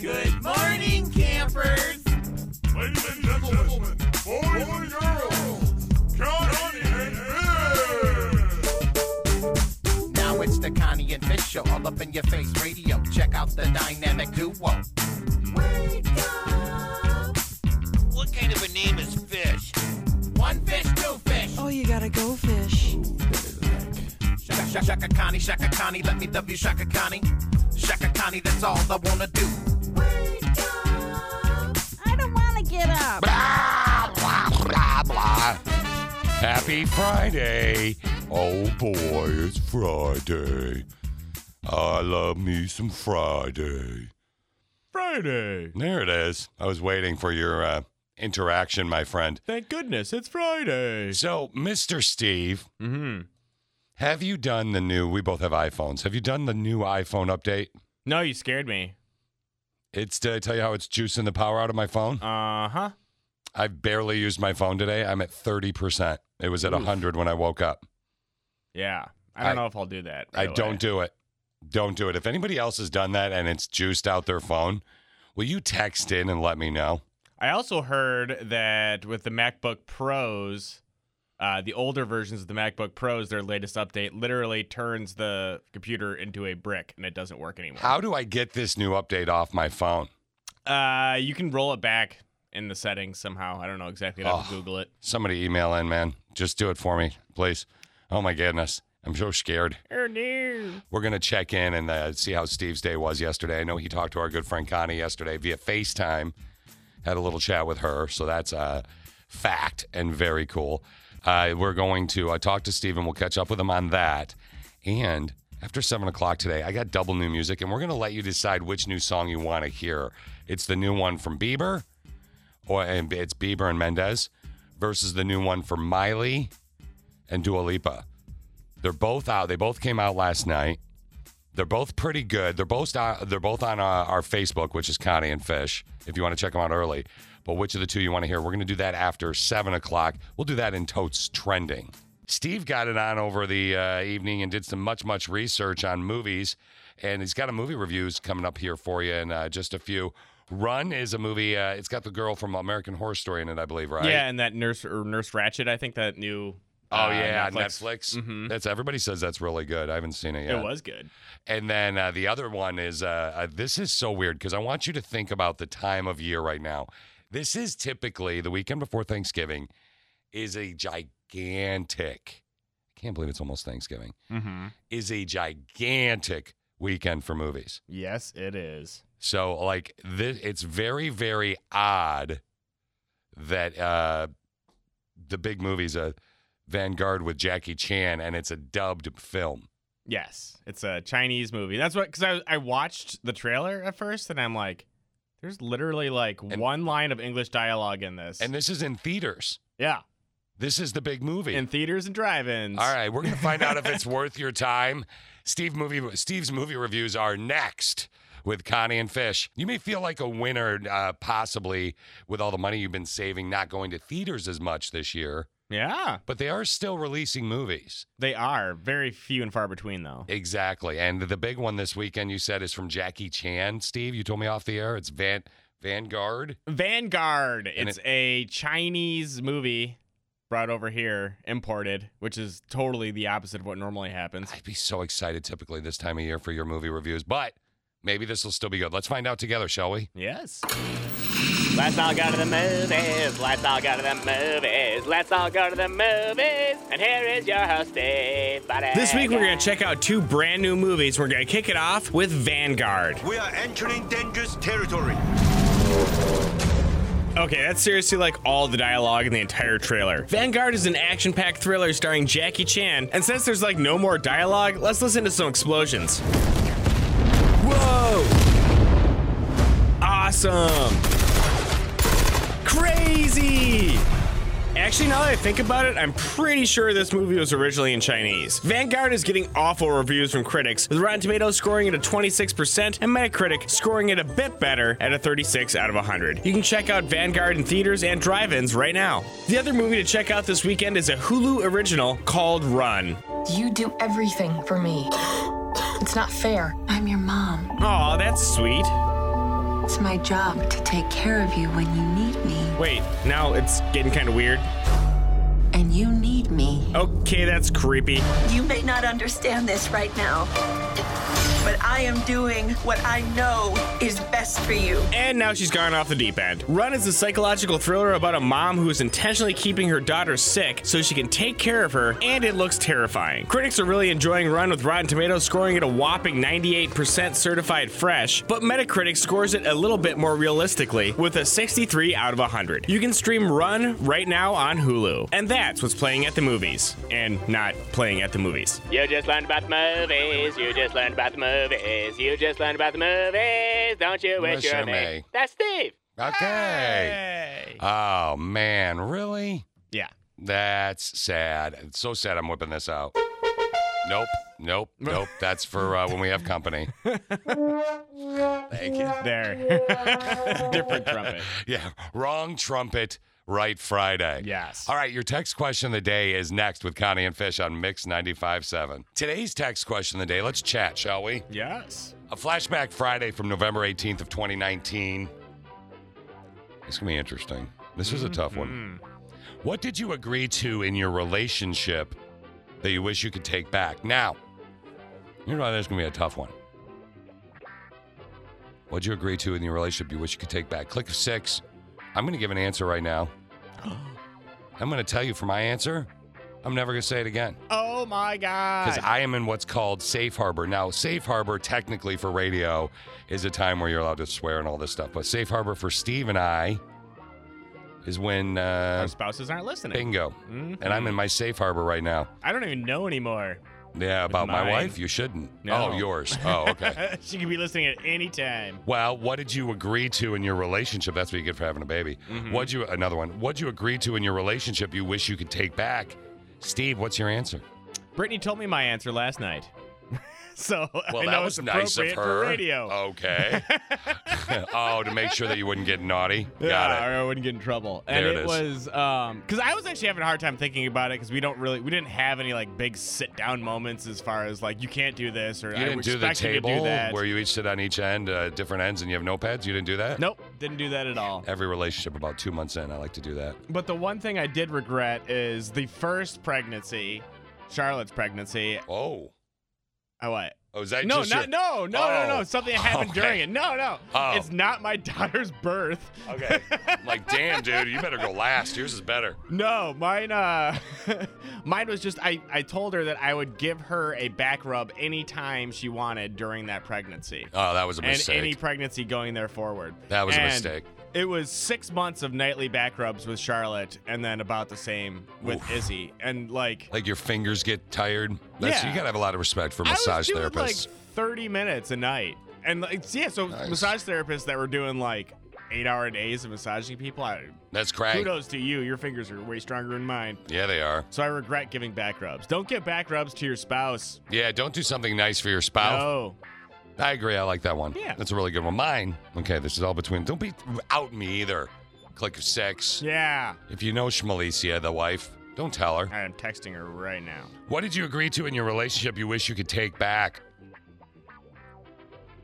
Good morning, campers. Ladies and gentlemen, boys and girls, Johnny and Now it's the Connie and Fish show, all up in your face radio. Check out the dynamic duo. What kind of a name is Fish? One fish, two fish. Oh, you gotta go fish. Shaka, shaka, shaka Connie, shaka Connie, let me love you, shaka Connie. Shaka Connie, that's all I wanna do. I don't want to get up. Blah, blah, blah, blah. Ah, Happy Friday. Oh boy, it's Friday. I love me some Friday. Friday. There it is. I was waiting for your uh, interaction, my friend. Thank goodness it's Friday. So, Mr. Steve, Mm-hmm. have you done the new? We both have iPhones. Have you done the new iPhone update? No, you scared me. It's did I tell you how it's juicing the power out of my phone? Uh huh. I've barely used my phone today. I'm at 30%. It was at a 100 when I woke up. Yeah. I don't I- know if I'll do that. I by the way. don't do it. Don't do it. If anybody else has done that and it's juiced out their phone, will you text in and let me know? I also heard that with the MacBook Pros, uh, the older versions of the MacBook Pros, their latest update literally turns the computer into a brick and it doesn't work anymore. How do I get this new update off my phone? Uh, you can roll it back in the settings somehow. I don't know exactly. I'll have to Oh. Google it. Somebody email in, man. Just do it for me, please. Oh my goodness. I'm so scared. Oh, no. We're going to check in and uh, see how Steve's day was yesterday. I know he talked to our good friend Connie yesterday via FaceTime, had a little chat with her. So that's a fact and very cool. Uh, we're going to uh, talk to Steve and we'll catch up with him on that. And after seven o'clock today, I got double new music and we're going to let you decide which new song you want to hear. It's the new one from Bieber, or and it's Bieber and Mendez versus the new one from Miley and Dua Lipa. They're both out. They both came out last night. They're both pretty good. They're both on, they're both on uh, our Facebook, which is Connie and Fish. If you want to check them out early, but which of the two you want to hear? We're going to do that after seven o'clock. We'll do that in Totes trending. Steve got it on over the uh, evening and did some much much research on movies, and he's got a movie reviews coming up here for you in uh, just a few. Run is a movie. Uh, it's got the girl from American Horror Story in it, I believe, right? Yeah, and that Nurse or Nurse Ratchet, I think that new. Oh uh, yeah, on Netflix. Netflix. Mhm. That's everybody says that's really good. I haven't seen it yet. It was good. And then uh, the other one is uh, uh, this is so weird because I want you to think about the time of year right now. This is typically the weekend before Thanksgiving is a gigantic. I can't believe it's almost Thanksgiving. Mm-hmm. Is a gigantic weekend for movies. Yes, it is. So like this, it's very very odd that uh the big movie's a Vanguard with Jackie Chan and it's a dubbed film. Yes, it's a Chinese movie. That's what because I I watched the trailer at first and I'm like, there's literally like And- one line of English dialogue in this. And this is in theaters. yeah, This is the big movie. in theaters and drive-ins. All right, we're gonna find out if it's worth your time. Steve movie Steve's movie reviews are next with Connie and Fish. You may feel like a winner, uh, possibly with all the money you've been saving, not going to theaters as much this year, Yeah, but they are still releasing movies. they are very few and far between though. Exactly. And the big one this weekend you said is from Jackie Chan, Steve. You told me off the air. It's Van Vanguard. Vanguard. And It's a Chinese movie brought over here, imported, which is totally the opposite of what normally happens. I'd be so excited typically this time of year for your movie reviews, but maybe this will still be good. Let's find out together, shall we? Yes. Let's all go to the movies. Let's all go to the movies. Let's all go to the movies. And here is your host, Dave. Buddy. This week, we're going to check out two brand new movies. We're going to kick it off with Vanguard. We are entering dangerous territory. Okay, that's seriously like all the dialogue in the entire trailer. Vanguard is an action packed thriller starring Jackie Chan, and since there's like no more dialogue, let's listen to some explosions. Whoa! Awesome! Crazy! Actually, now that I think about it, I'm pretty sure this movie was originally in Chinese. Vanguard is getting awful reviews from critics, with Rotten Tomatoes scoring it a 26% and Metacritic scoring it a bit better at a 36 out of 100. You can check out Vanguard in theaters and drive ins right now. The other movie to check out this weekend is a Hulu original called Run. You do everything for me. It's not fair. I'm your mom. Aw, that's sweet. It's my job to take care of you when you need me, Wait, now it's getting kind of weird. and you need me. Okay, that's creepy. You may not understand this right now, but I am doing what I know is best for you. And now she's gone off the deep end. Run is a psychological thriller about a mom who is intentionally keeping her daughter sick so she can take care of her, and it looks terrifying. Critics are really enjoying Run with Rotten Tomatoes scoring it a whopping 98% certified fresh, but Metacritic scores it a little bit more realistically with a 63 out of 100. You can stream Run right now on Hulu. And that's what's playing at the movies. And not playing at the movies. You just learned about the movies. You just learned about the movies. You just learned about the movies. Don't you wish Wish you I were me? may. That's Steve. Okay. Oh man, really? Yeah. That's sad. It's so sad I'm whipping this out. Nope, nope, nope. That's for uh, when we have company. Thank you. There. Different trumpet. Yeah, wrong trumpet, right Friday. Yes. All right, your text question of the day is next with Connie and Fish on Mix 95.7. Today's text question of the day, let's chat, shall we? Yes. A flashback Friday from November 18th of 2019. It's going to be interesting. This is a tough one. What did you agree to in your relationship that you wish you could take back? Now, you know that's going to be a tough one. What'd you agree to in your relationship you wish you could take back? Click of six. I'm going to give an answer right now. I'm going to tell you for my answer. I'm never going to say it again Oh my because god. I am in what's called safe harbor. Now, safe harbor, technically for radio, is a time where you're allowed to swear and all this stuff. But safe harbor for Steve and I is when uh, Our spouses aren't listening. bingo. Mhm. And I'm in my safe harbor right now. I don't even know anymore. Yeah, about my mine. wife? You shouldn't. No. Oh, yours. Oh, okay. she could be listening at any time. well, what did you agree to in your relationship? That's what you get for having a baby. Mm-hmm. What'd you, another one, what'd you agree to in your relationship you wish you could take back? Steve, what's your answer? Brittany told me my answer last night. so Well, I know that was it's nice of appropriate her. for radio. Okay. oh, to make sure that you wouldn't get naughty. yeah, Got it. or I wouldn't get in trouble. And There it, it is. was um because I was actually having a hard time thinking about it because we don't really we didn't have any like big sit down moments as far as like you can't do this or You I didn't do the expect you to do table that. where you each sit on each end, uh, different ends, and you have notepads. You didn't do that. Nope, didn't do that at all. Every relationship about two months in, I like to do that. But the one thing I did regret is the first pregnancy, Charlotte's pregnancy. Oh, Oh, what? oh, is that No, just not, your- no, no, no, no. Oh, Something that happened okay. during it. No, no. Oh. It's not my daughter's birth. Okay. I'm like, damn, dude, you better go last. Yours is better. No, mine uh mine was just I, I told her that I would give her a back rub anytime she wanted during that pregnancy. Oh, that was a and mistake. any pregnancy going there forward. That was a And mistake. It was six months of nightly back rubs with Charlotte and then about the same with Izzy. And like, like your fingers get tired. That's, Yeah. You gotta have a lot of respect for I was massage doing, therapists. Like thirty minutes a night, and like yeah, so Nice. massage therapists that were doing like eight-hour days of massaging people. I, That's crank. kudos to you. Your fingers are way stronger than mine. Yeah, they are. So I regret giving back rubs. Don't give back rubs to your spouse. Yeah, don't do something nice for your spouse. No. I agree. I like that one. Yeah. That's a really good one. Mine. Okay, this is all between. Don't be out me either. Click of six. Yeah. If you know Shmalicia, the wife, don't tell her. I am texting her right now. What did you agree to in your relationship you wish you could take back?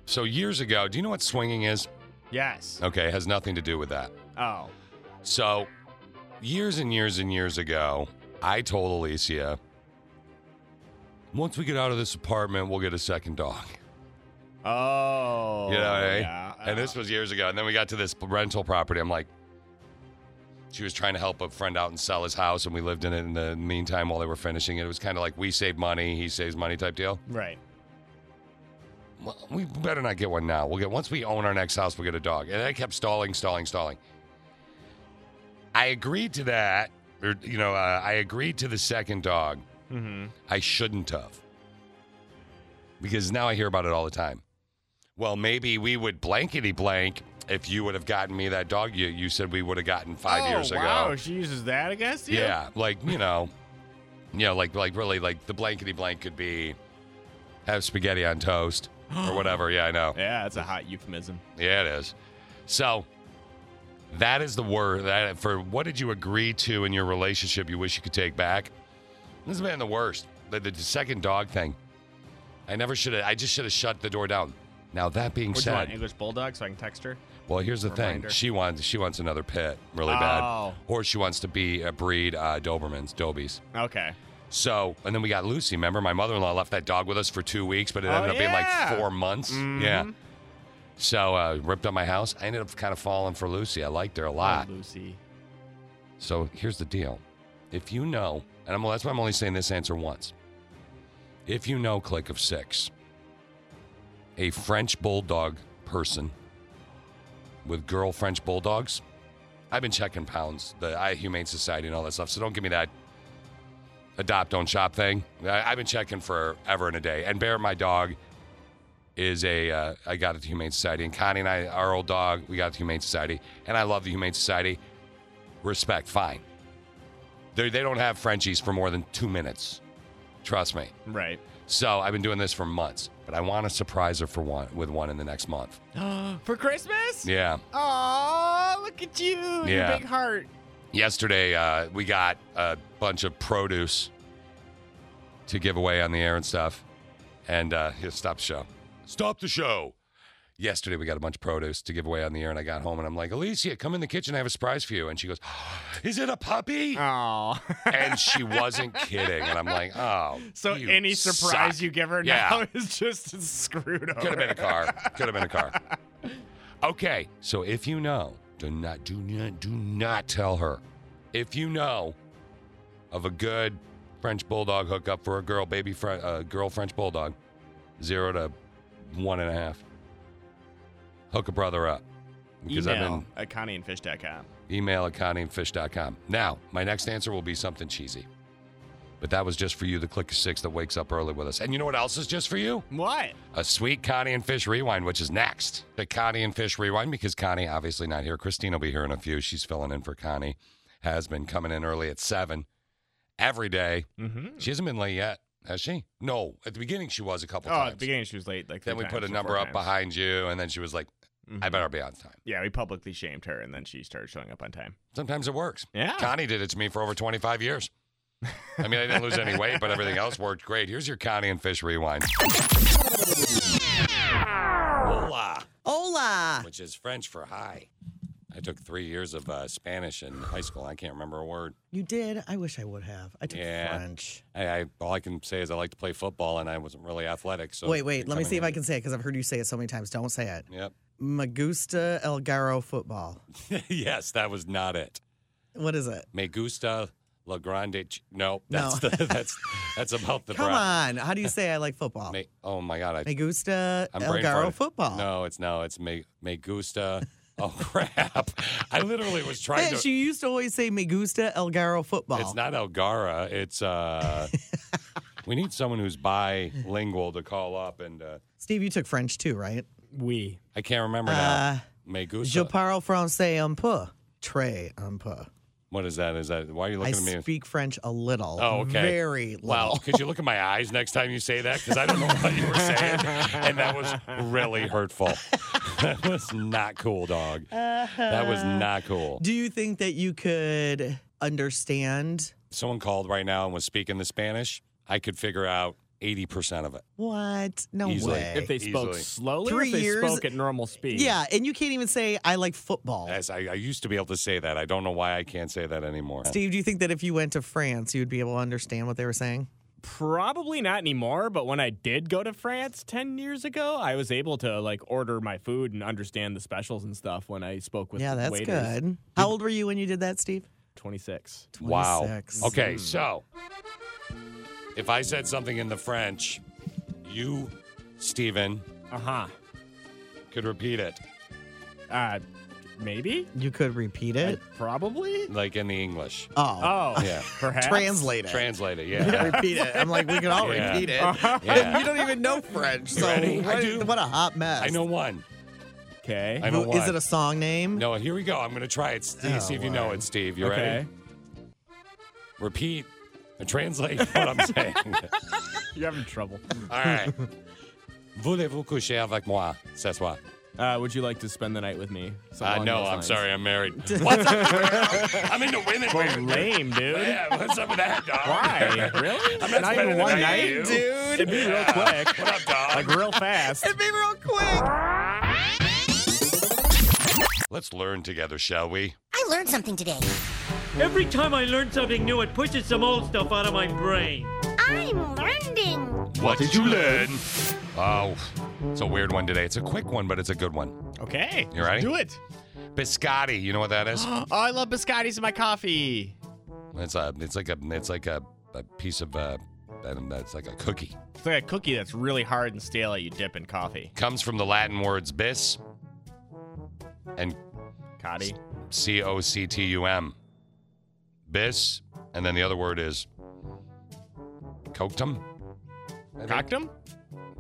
So, years ago, do you know what swinging is? Yes. Okay, it has nothing to do with that. Oh. So, years and years and years ago, I told Alicia, once we get out of this apartment, we'll get a second dog. Oh. You know what I mean? Yeah. And this was years ago. And then we got to this rental property. I'm like, she was trying to help a friend out and sell his house, and we lived in it in the meantime while they were finishing it. It was kind of like we save money, he saves money type deal. right. Well, we better not get one now. We'll get once we own our next house, we'll get a dog. And I kept stalling, stalling, stalling. I agreed to that, or you know, uh, I agreed to the second dog. Mm-hmm. I shouldn't have. Because now I hear about it all the time. Well, maybe we would blankety blank. If you would have gotten me that dog, you you said we would have gotten five oh, years wow, ago. she uses that against you? Yeah, like you know, you know, like like really like the blankety blank could be have spaghetti on toast or whatever. Yeah, I know. Yeah, that's a hot euphemism. Yeah, it is. So that is the word that for what did you agree to in your relationship you wish you could take back? This has been the worst. The, the second dog thing. I never should have. I just should have shut the door down. Now that being What do you want, said, English bulldog, so I can text her? well, here's the Reminder. thing. She wants she wants another pit really bad, Oh. or she wants to be a breed uh, Dobermans, Dobies. Okay. So, and then we got Lucy. Remember, my mother in law left that dog with us for two weeks, but it Oh, ended up being yeah. like four months. Mhm. Yeah. So, uh, ripped up my house. I ended up kind of falling for Lucy. I liked her a lot. Oh, Lucy. So, here's the deal if you know, and I'm, that's why I'm only saying this answer once. If you know Click of Six, a French bulldog person with girl French bulldogs, I've been checking pounds, the I Humane Society, and all that stuff. So, don't give me that adopt don't shop thing. I, I've been checking forever and a day. And Bear, my dog, is a uh, I got at the Humane Society, and Connie and I, our old dog, we got at the Humane Society, and I love the Humane Society. Respect, fine. They they don't have Frenchies for more than two minutes. Trust me. Right. So I've been doing this for months, but I want to surprise her for one with one in the next month. For Christmas? Yeah. Oh, look at you. Yeah. Your big heart. Yesterday, uh, we got a bunch of produce to give away on the air and stuff. And uh, here, stop the show. Stop the show. Yesterday, we got a bunch of produce to give away on the air, and I got home and I'm like, Alicia, come in the kitchen. I have a surprise for you. And she goes, Is it a puppy? Oh. and she wasn't kidding. And I'm like, Oh. So you any surprise suck." you give her Yeah. now is just as screwed over. Could have been a car. Could have been a car. Okay, so if you know, do not, do not, do not tell her. If you know of a good French bulldog hookup for a girl, baby, Fre- uh, girl French bulldog, zero to one and a half, hook a brother up. Because I've Email been at connieandfish.com. email at connieandfish.com. Now, my next answer will be something cheesy. But that was just for you, the click of six that wakes up early with us. And you know what else is just for you? What? a sweet Connie and Fish rewind, which is next. The Connie and Fish rewind, because Connie obviously not here. Christine will be here in a few. She's filling in for Connie. Has been coming in early at seven every day. Mm-hmm. She hasn't been late yet, has she? No, at the beginning she was a couple Oh, at the times. beginning she was late. Like then three we put a times or number four up times. behind you, and then she was like, "I Mhm. better be on time." Yeah, we publicly shamed her, and then she started showing up on time. Sometimes it works. Yeah. Connie did it to me for over twenty-five years. I mean, I didn't lose any weight, but everything else worked great. Here's your Connie and Fish rewind. Hola. Hola. which is French for hi. I took three years of uh, Spanish in high school. I can't remember a word. You did. I wish I would have. I took French. I, I, all I can say is I like to play football, and I wasn't really athletic. So wait, wait. Let me see if I can say it because I've heard you say it so many times. Don't say it. Yep. Magusta El Garo football. yes, that was not it. What is it? Me gusta la grande. Ch- no, No. that's the, that's that's about the. Come breath. on. How do you say I like football? Me, oh my God, I, Me gusta I'm El brain Garo farted. football. No, it's no, it's me me gusta. Oh crap! I literally was trying Bitch, to. you used to always say Me gusta El Garo football. It's not Elgara. It's uh. we need someone who's bilingual to call up and. Uh, Steve, you took French too, right? We. I can't remember Uh, now. Me gusta. Je parle français un peu. Très un peu. what is that? Is that why are you I looking at me? speak French a little. Oh, okay. Very little. Wow. Could you look at my eyes next time you say that? Because I don't know what you were saying, and that was really hurtful. that was not cool, dog. That was Uh, not cool. Do you think that you could understand? Someone called right now and was speaking the Spanish. I could figure out eighty percent of it. What? No Easily. way. If they spoke Easily. slowly, or Three if they years- spoke at normal speed. yeah, and you can't even say I like football. As I, I used to be able to say that. I don't know why I can't say that anymore. Steve, do you think that if you went to France, you'd be able to understand what they were saying? Probably not anymore, but when I did go to France 10 years ago, I was able to like order my food and understand the specials and stuff when I spoke with yeah, the that's waiters. good. How old were you when you did that, Steve? 26. Wow. 26. Okay, so if I said something in the French, you, Stephen, Uh-huh. could repeat it Uh maybe? You could repeat Uh, it. probably? like in the English. Uh, Oh, Oh. Yeah. Perhaps. translate it. Translate it, yeah. repeat it. I'm like, we can all Yeah. repeat it. Yeah. You don't even know French, so ready? I what, do. what a hot mess. I know one. Okay. I know Who- is one. it a song name? No, here we go. I'm going to try it. Steve, see if you know Oh, it, Steve. You Okay. ready? Repeat and translate what I'm saying. You're having trouble. All right. Voulez-vous coucher avec moi ce soir? Uh, would you like to spend the night with me? Something Uh, along no, those I'm lines. sorry. I'm married. What the- I'm into women. Well, weird. lame, dude. Yeah, what's up with that, dog? Why? Really? I'm not, Not even spending the night one night? with you. Dude. It'd be real Yeah. quick. What up, dog? Like real fast. It'd be real quick. Let's learn together, shall we? I learned something today. Every time I learn something new, it pushes some old stuff out of my brain. I'm learning. What did you learn? Oh, it's a weird one today. It's a quick one, but it's a good one. Okay. You ready? Do it. Biscotti. You know what that is? oh, I love biscottis in my coffee. It's a. It's like a. It's like a, a piece of. Uh, I don't know, it's like a cookie. It's like a cookie that's really hard and stale that you dip in coffee. Comes from the Latin words bis and Cotti. C O C T U M. Bis, and then the other word is coctum. Coctum?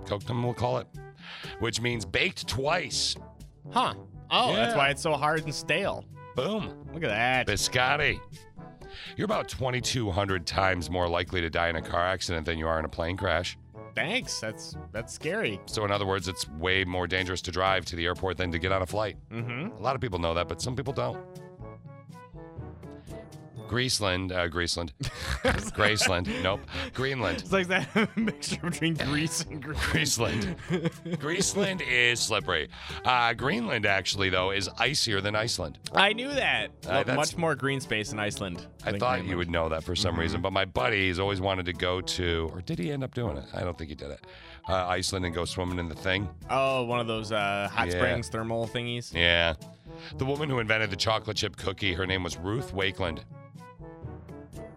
Coctum, we'll call it, which means baked twice. Huh. Oh, that's Yeah. why it's so hard and stale. Boom. Look at that. Biscotti. You're about 2,200 times more likely to die in a car accident than you are in a plane crash. Thanks. That's that's scary. So, in other words, it's way more dangerous to drive to the airport than to get on a flight. Mm-hmm. A lot of people know that, but some people don't. Greaseland, uh, Greaseland, Graceland, nope, Greenland. It's like that mixture between Greece and Greece. Graceland. Graceland is slippery. Uh, Greenland, actually, though, is icier than Iceland. I knew that. Uh, Well, that's- much more green space in Iceland. I than thought you Greenland. would know that for some Mhm. reason, but my buddy has always wanted to go to, or did he end up doing it? I don't think he did it. Uh, Iceland and go swimming in the thing. Oh, one of those uh, hot Yeah. springs thermal thingies. Yeah. The woman who invented the chocolate chip cookie, her name was Ruth Wakeland.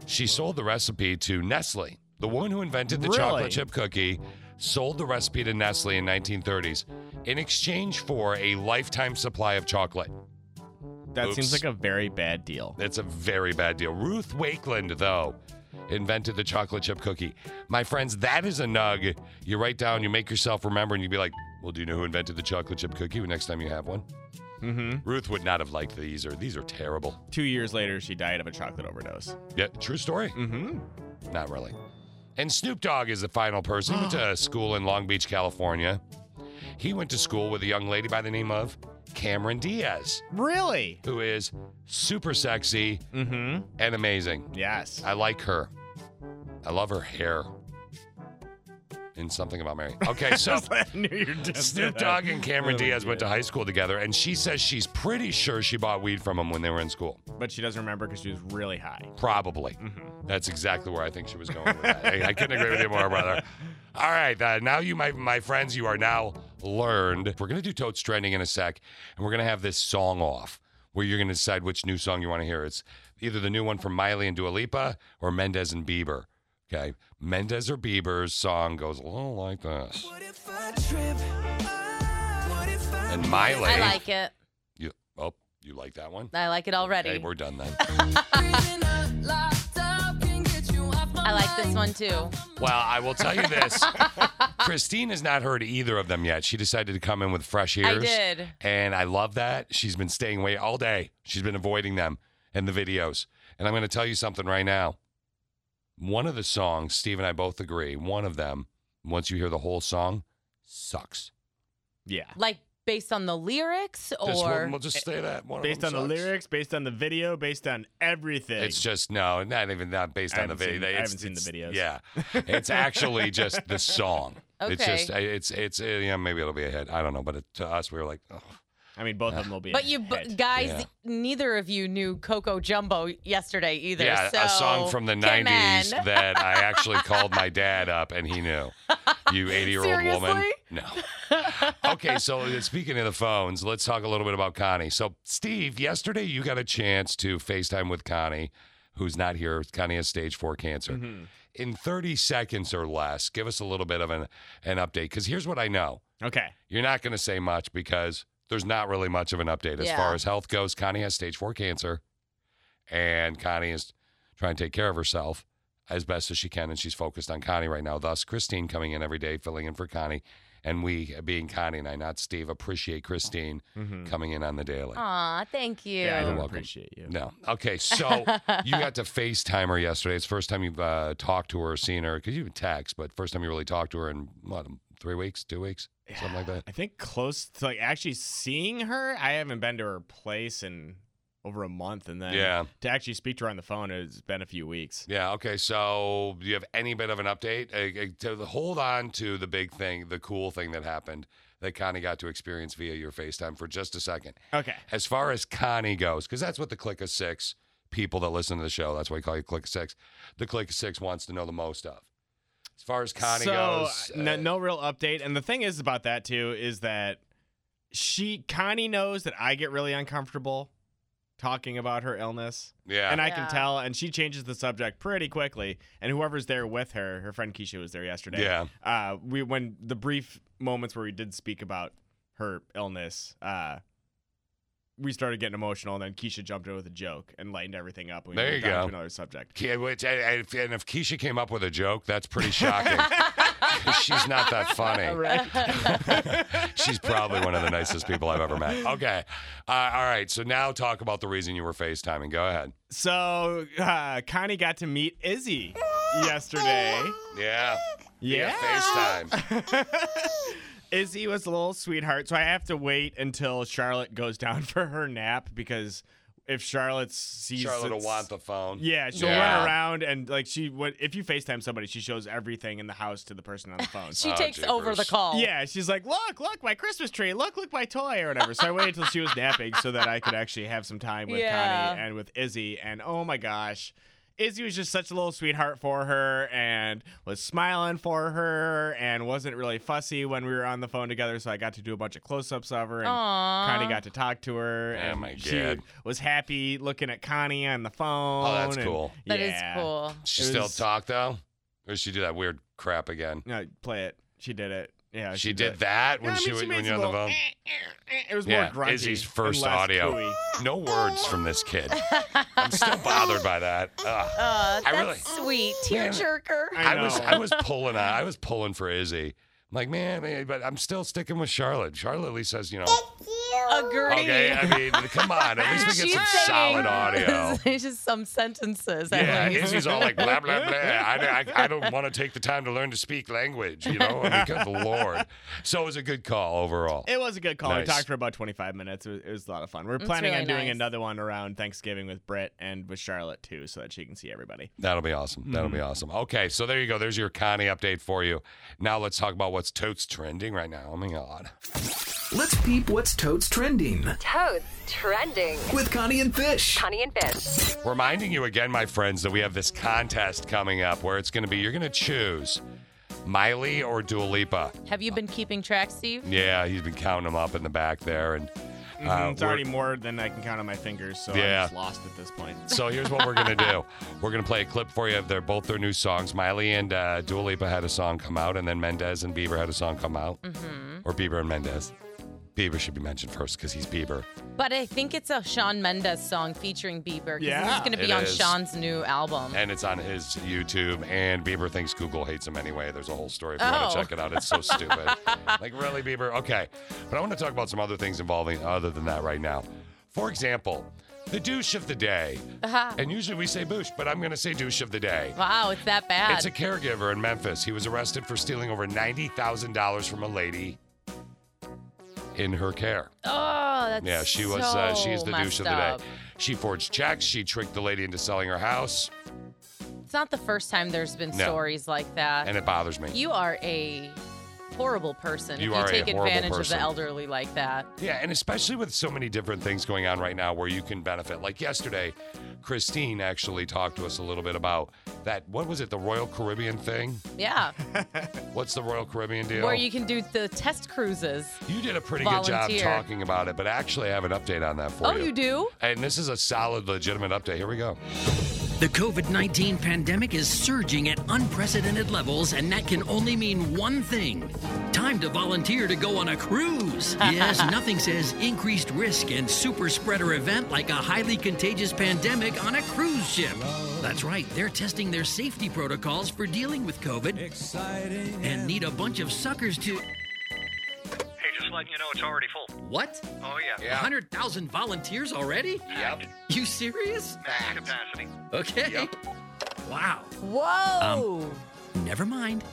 She sold the recipe to Nestle. The woman who invented the Really? chocolate chip cookie sold the recipe to Nestle in 1930s in exchange for a lifetime supply of chocolate. That seems Oops. like a very bad deal. That's a very bad deal. Ruth Wakeland, though, invented the chocolate chip cookie. My friends, that is a nug. You write down, you make yourself remember, and you'd be like, well, do you know who invented the chocolate chip cookie next time you have one? Mm-hmm. Ruth would not have liked these, or these are terrible. Two years later, she died of a chocolate overdose. Yeah, true story. Mm-hmm. Not really. And Snoop Dogg is the final person. He went to school in Long Beach, California. He went to school with a young lady by the name of Cameron Diaz, Really? who is super sexy Mm-hmm. and amazing. Yes. I like her. I love her hair. And something about Mary. Okay, so I knew you were doing Snoop that. Dogg and Cameron Really Diaz went good. to high school together, and she says she's pretty sure she bought weed from him when they were in school. But she doesn't remember because she was really high. Probably. That's exactly where I think she was going with that. I, I couldn't agree with you more, brother. All right, uh, now you, my my friends, you are now learned. We're gonna do totes trending in a sec, and we're gonna have this song off where you're gonna decide which new song you want to hear. It's either the new one from Miley and Dua Lipa or Mendez and Bieber. Okay, Mendez or Bieber's song goes a little like this, and Miley. I like it. you. Oh, you like that one? I like it already. Okay, we're done then. I like this one too. Well, I will tell you this. Christine has not heard either of them yet. She decided to come in with fresh ears. I did. And I love that. She's been staying away all day. She's been avoiding them and the videos. And I'm going to tell you something right now. One of the songs, Steve and I both agree, one of them, once you hear the whole song, sucks. Yeah. Like based on the lyrics or Just one- we'll just say that. One of Based them on the sucks. lyrics, based on the video, based on everything. It's just no, not even not based I on the haven't video. seen- I It's- haven't seen the it's- videos. Yeah, it's actually just the song. It's Okay. just it's it's uh, yeah maybe it'll be a hit. I don't know, but it, to us we were like, oh, I mean, both of them will be. a but you bu- hit. guys, Yeah. neither of you knew Coco Jumbo yesterday either. yeah, so a song from the come '90s on. that I actually called my dad up and he knew. You 80 year old woman. Seriously? No. Okay, so uh, speaking of the phones, let's talk a little bit about Connie. So Steve, yesterday you got a chance to FaceTime with Connie, who's not here. Connie has stage four cancer. Mhm. in 30 seconds or less, give us a little bit of an, an update. Because here's what I know Okay. you're not going to say much because there's not really much of an update as Yeah. far as health goes. Connie has stage four cancer, and Connie is trying to take care of herself as best as she can. And she's focused on Connie right now. Thus, Christine coming in every day, filling in for Connie. And we, being Connie and I, not Steve, appreciate Christine coming in on the daily. Aw, thank you. You're welcome. No. Okay, so you got to FaceTime her yesterday. It's the first time you've uh, talked to her, seen her, because you can text, but first time you really talked to her in, what, three weeks, two weeks, something like that? I think close to like actually seeing her. I haven't been to her place in over a month, and then Yeah. to actually speak to her on the phone, it's been a few weeks. Yeah. Okay. So, do you have any bit of an update? Uh, uh, to the- hold on to the big thing, the cool thing that happened that Connie got to experience via your FaceTime for just a second. Okay. As far as Connie goes, because that's what the Click of Six people that listen to the show, that's why we call you Click of Six, the Click of Six wants to know the most of. As far as Connie so, goes, eh, uh, n- no, real update. And the thing is about that too is that she Connie knows that I get really uncomfortable talking about her illness. Yeah. and I Yeah. can tell. And she changes the subject pretty quickly. And whoever's there with her, her friend Keisha was there yesterday. Yeah. uh, we when the brief moments where we did speak about her illness, uh. We started getting emotional, and then Keisha jumped in with a joke and lightened everything up. We There you moved on go. To another subject. Yeah, which, and, and if- and if Keisha came up with a joke, that's pretty shocking. 'Cause She's not that funny. She's probably one of the nicest people I've ever met. Okay. Uh, all right. So now talk about the reason you were FaceTiming. Go ahead. So uh, Connie got to meet Izzy yesterday. Yeah. Yeah. FaceTime. Izzy was a little sweetheart, so I have to wait until Charlotte goes down for her nap because if Charlotte sees Charlotte will it's- want the phone. Yeah, she'll Yeah. run around and like she would if you FaceTime somebody, she shows everything in the house to the person on the phone. She Oh, takes over the jeepers. call. Yeah, she's like, "Look, look, my Christmas tree. Look, look, my toy or whatever." So I waited until she was napping so that I could actually have some time with Yeah. Connie and with Izzy and oh my gosh, Izzy was just such a little sweetheart for her and was smiling for her and wasn't really fussy when we were on the phone together. So I got to do a bunch of close ups of her and Aw. Connie got to talk to her. Oh, and my she God. was happy looking at Connie on the phone. Oh, that's and- cool. That is yeah. cool. She It still was- talk though, or did she do that weird crap again? No, play it. She did it. Yeah, She did that when Yeah, I she mean, was- made when you're some on the little phone? eh, eh, eh. It was yeah. more grungy. Izzy's and first less audio. cooey. No words from this kid. I'm still bothered by that. Ugh. Uh, I that's really- sweet. Tearjerker. I, was I was pulling on, I was pulling for Izzy. I'm like, man, man, but I'm still sticking with Charlotte. Charlotte at least says, you know, Agree. okay. I mean, come on. At least we get She's some saying- solid audio. It's just some sentences. at Yeah, least. Izzy's all like blah blah blah. I, I, I don't want to take the time to learn to speak language, you know. I mean, good lord. So it was a good call overall. It was a good call. Nice. We talked for about 25 minutes. It was, it was a lot of fun. We're That's planning really on doing nice. another one around Thanksgiving with Britt and with Charlotte too, so that she can see everybody. That'll be awesome. That'll Mm-hmm. be awesome. Okay, so there you go. There's your Connie update for you. Now let's talk about what's totes trending right now. Oh my god. Let's peep what's toads trending Toads trending with Connie and Fish. Connie and Fish. Reminding you again, my friends, that we have this contest coming up where it's going to be you're going to choose Miley or Dua Lipa. Have you been keeping track, Steve? Yeah, he's been counting them up in the back there, and uh, Mhm, it's we're- already more than I can count on my fingers, so Yeah. I'm just lost at this point. So here's what we're gonna do. We're gonna play a clip for you of their both their new songs. Miley and uh, Dua Lipa had a song come out, and then Mendez and Bieber had a song come out, Mhm. or Bieber and Mendez. Bieber should be mentioned first because he's Bieber. But I think it's a Sean Mendes song featuring Bieber. 'cause Yeah. This is going to be It on is. Sean's new album. And it's on his YouTube, and Bieber thinks Google hates him anyway. There's a whole story if you want Oh. to check it out. It's so stupid. like, really, Bieber? Okay. But I want to talk about some other things involving other than that right now. For example, the douche of the day. Ah, And usually we say boosh, but I'm going to say douche of the day. wow, it's that bad. It's a caregiver in Memphis. He was arrested for stealing over $90,000 from a lady in her care. oh, that's yeah, she was So uh, she's the douche messed of the day. up. She forged checks, she tricked the lady into selling her house, It's not the first time there's been No. stories like that. and it bothers me. you are a horrible person You if are you a take horrible advantage of person. the elderly like that. Yeah, and especially with so many different things going on right now where you can benefit. Like yesterday, Christine actually talked to us a little bit about that. What was it, the Royal Caribbean thing? Yeah. What's the Royal Caribbean deal? Or you can do the test cruises. You did a pretty good Volunteer. job talking about it, but actually, I have an update on that for Oh, you. you do? And this is a solid, legitimate update. Here we go. The COVID 19 pandemic is surging at unprecedented levels, and that can only mean one thing time to volunteer to go on a cruise. Yes, nothing says increased risk and super spreader event like a highly contagious pandemic on a cruise ship. That's right, they're testing their safety protocols for dealing with COVID and need a bunch of suckers to. Just letting you know it's already full. What? Oh, yeah. 100,000 volunteers already? Yep. You serious? Max capacity. Okay. Wow. Whoa. never mind.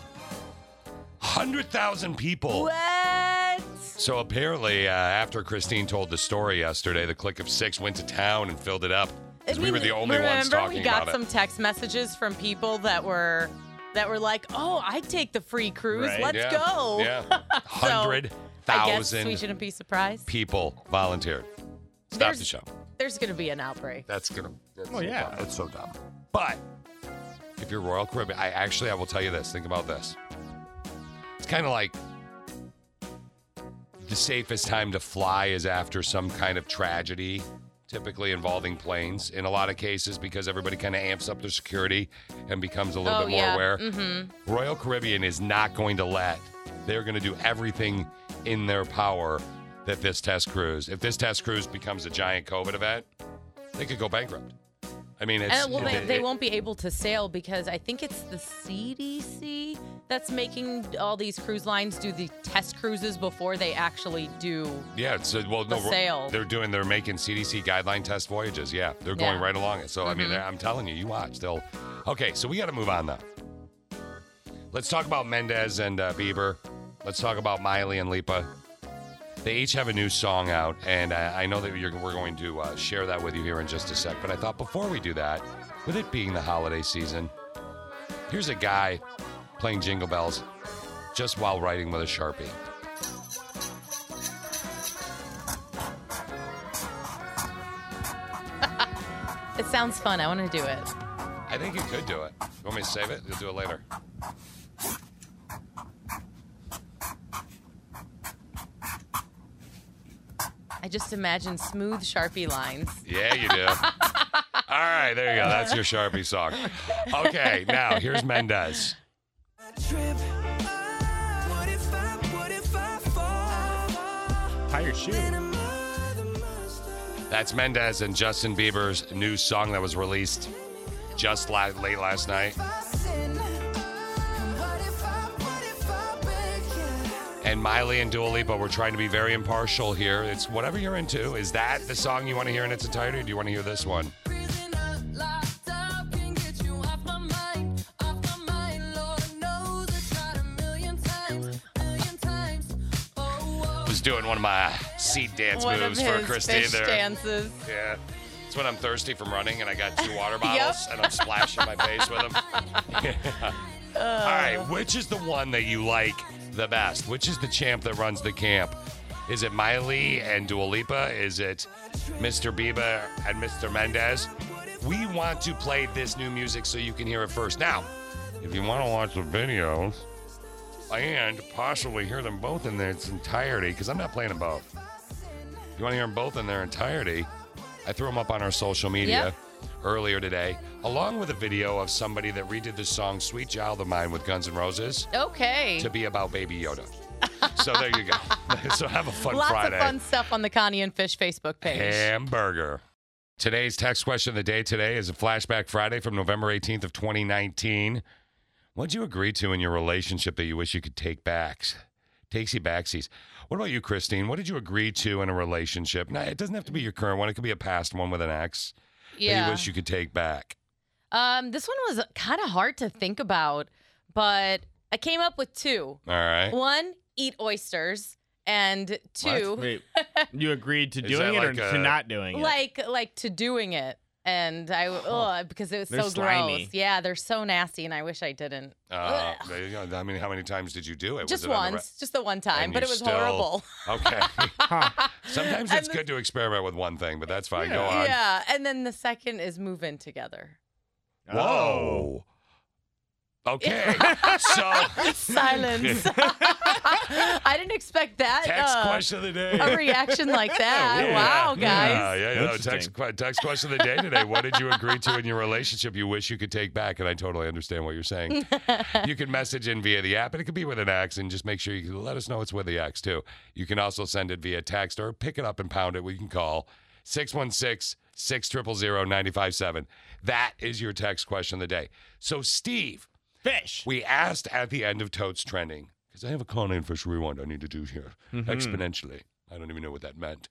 100,000 people. What? So apparently, uh, after Christine told the story yesterday, the Click of Six went to town and filled it up. 'Cause we were the only remember ones talking we got about some it. text messages from people that were that were like, "Oh, I take the free cruise. Right. Let's Yeah. go." Yeah. So, I guess we 100,000 shouldn't be surprised. people volunteered. Stop the show. There's going to be an outbreak. That's gonna. That's Well, so yeah. dumb. That's so dumb. But if you're Royal Caribbean, I actually I will tell you this. Think about this. It's kind of like the safest time to fly is after some kind of tragedy, typically involving planes. In a lot of cases, because everybody kind of amps up their security and becomes a little oh bit more yeah. aware. Mm-hmm. Royal Caribbean is not going to let. They're going to do everything in their power that this test cruise, if this test cruise becomes a giant COVID event, they could go bankrupt. I mean, it's And, well, they, it- they it- won't be able to sail because I think it's the CDC that's making all these cruise lines do the test cruises before they actually do. Yeah, it's uh, well, no, The sale. they're doing, they're making CDC guideline test voyages. Yeah, they're going Yeah. right along it. So I mean, Mhm. they're- I'm telling you, you watch. They'll. Okay, so we got to move on though. Let's talk about Mendez and uh, Bieber. Let's talk about Miley and Lipa. They each have a new song out, and I, I know that you're, we're going to uh, share that with you here in just a sec. But I thought before we do that, with it being the holiday season, here's a guy playing Jingle Bells just while writing with a sharpie. It sounds fun. I want to do it. I think you could do it. You want me to save it? You'll do it later. I just imagine smooth Sharpie lines. Yeah, you do. All right, there you go. That's your Sharpie song. Okay, now here's Mendez. Tie your shoe. That's Mendez and Justin Bieber's new song that was released just la- late last night. And Miley and Dua Lipa, we're trying to be very impartial here. It's whatever you're into. Is that the song you want to hear in its entirety, or do you want to hear this one? Was doing one of my seat dance One of moves for his Christy fish there. dances. Yeah. It's when I'm thirsty from running and I got two water bottles and I'm splashing my face with them. All right, which is the one that you like the best? Which is the champ that runs the camp? Is it Miley and Dua Lipa? Is it Mr. Bieber and Mr. Mendez? We want to play this new music so you can hear it first. Now, if you want to watch the videos and possibly hear them both in their entirety, because I'm not playing them both. If you want to hear them both in their entirety, I threw them up on our social media earlier today, along with a video of somebody that redid the song Sweet Child of Mine with Guns N' Roses Okay. to be about Baby Yoda. so there you go. so have a fun Lots Friday. of fun stuff on the Connie and Fish Facebook page. Hamburger. Today's text question of the day today is a flashback Friday from November 18th of 2019. What'd you agree to in your relationship that you wish you could take back? Takesy backsies. What about you, Christine? What did you agree to in a relationship? Now, it doesn't have to be your current one. It could be a past one with an ex that Yeah. you wish you could take back. Um, this one was kind of hard to think about, but I came up with two. All right. One, eat oysters, and two, Wait, you agreed to Is doing that it like or a- to not doing it? like like to doing it. And I ugh, because it was They're so slimy. gross. Yeah, they're so nasty, and I wish I didn't. Uh, there you go. I mean, how many times did you do it? Was just it on the once, re- just the one time, And but you it was still- horrible. Okay. Sometimes it's good to experiment with one thing, but that's fine. Go on. Yeah, and then the second is move in together. Oh. Whoa. Okay. so Silence. I didn't expect that. Text uh, question of the day. Oh, A reaction like that. Yeah. Wow, guys. Yeah, yeah. No, text, Interesting. que- text question of the day today. What did you agree to in your relationship you wish you could take back? And I totally understand what you're saying. you can message in via the app, and it could be with an X, and just make sure you let us know it's with the X, too. You can also send it via text or pick it up and pound it. We can call 616 600 957. That is your text question of the day. So, Steve. Fish. We asked at the end of Totes Trending, because I have a Conan Fish rewind I need to do here Mhm. exponentially. I don't even know what that meant.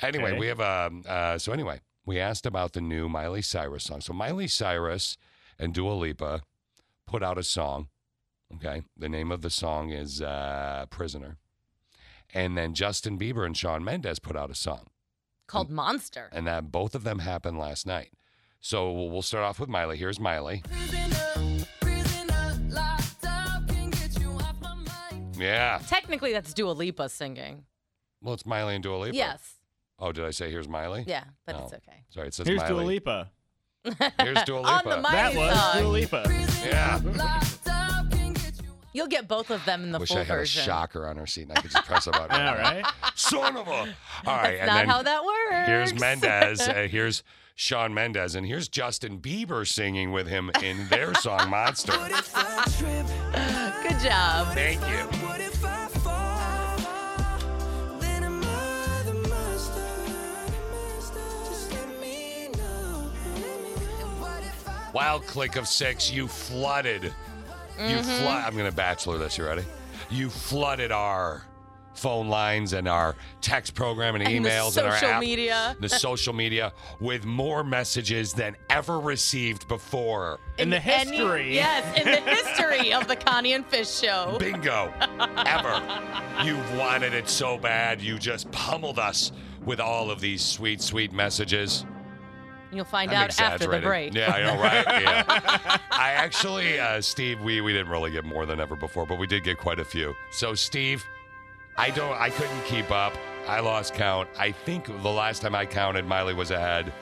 Anyway, Okay. we have um, uh, so anyway, we asked about the new Miley Cyrus song. So Miley Cyrus and Dua Lipa put out a song. Okay, the name of the song is uh, "Prisoner," and then Justin Bieber and Sean Mendes put out a song. called Monster. And that both of them happened last night. So we'll we'll start off with Miley. Here's Miley. Yeah. Technically, that's Dua Lipa singing. Well, it's Miley and Dua Lipa. Yes. Oh, did I say here's Miley? Yeah, but No. it's okay. Sorry, it says Here's Miley. Dua Lipa. Here's Dua Lipa. On the Miley That was song. Dua Lipa. Yeah. You'll get both of them in the Wish full I had version. a shocker on her seat and I could just press a button. All right. Son of a. All right. That's and not then how that works. Here's Mendez. uh, here's Sean Mendez. And here's Justin Bieber singing with him in their song Monster. Good job. Thank you. Wild click of six. You flooded. You Mhm. Mm-hmm. flood. I'm going to bachelor this. You ready? You flooded our phone lines and our text program and And the emails and our social app- media. the social media with more messages than ever received before any- yes, in the history of the Connie and Fish show. Bingo. Ever. you wanted it so bad. You just pummeled us with all of these sweet, sweet messages. You'll find I'm out after the exaggerating. break. Yeah, I know, right? Yeah. I actually, uh, Steve, we, we didn't really get more than ever before, but we did get quite a few. So, Steve, I don't, I couldn't keep up. I lost count. I think the last time I counted, Miley was ahead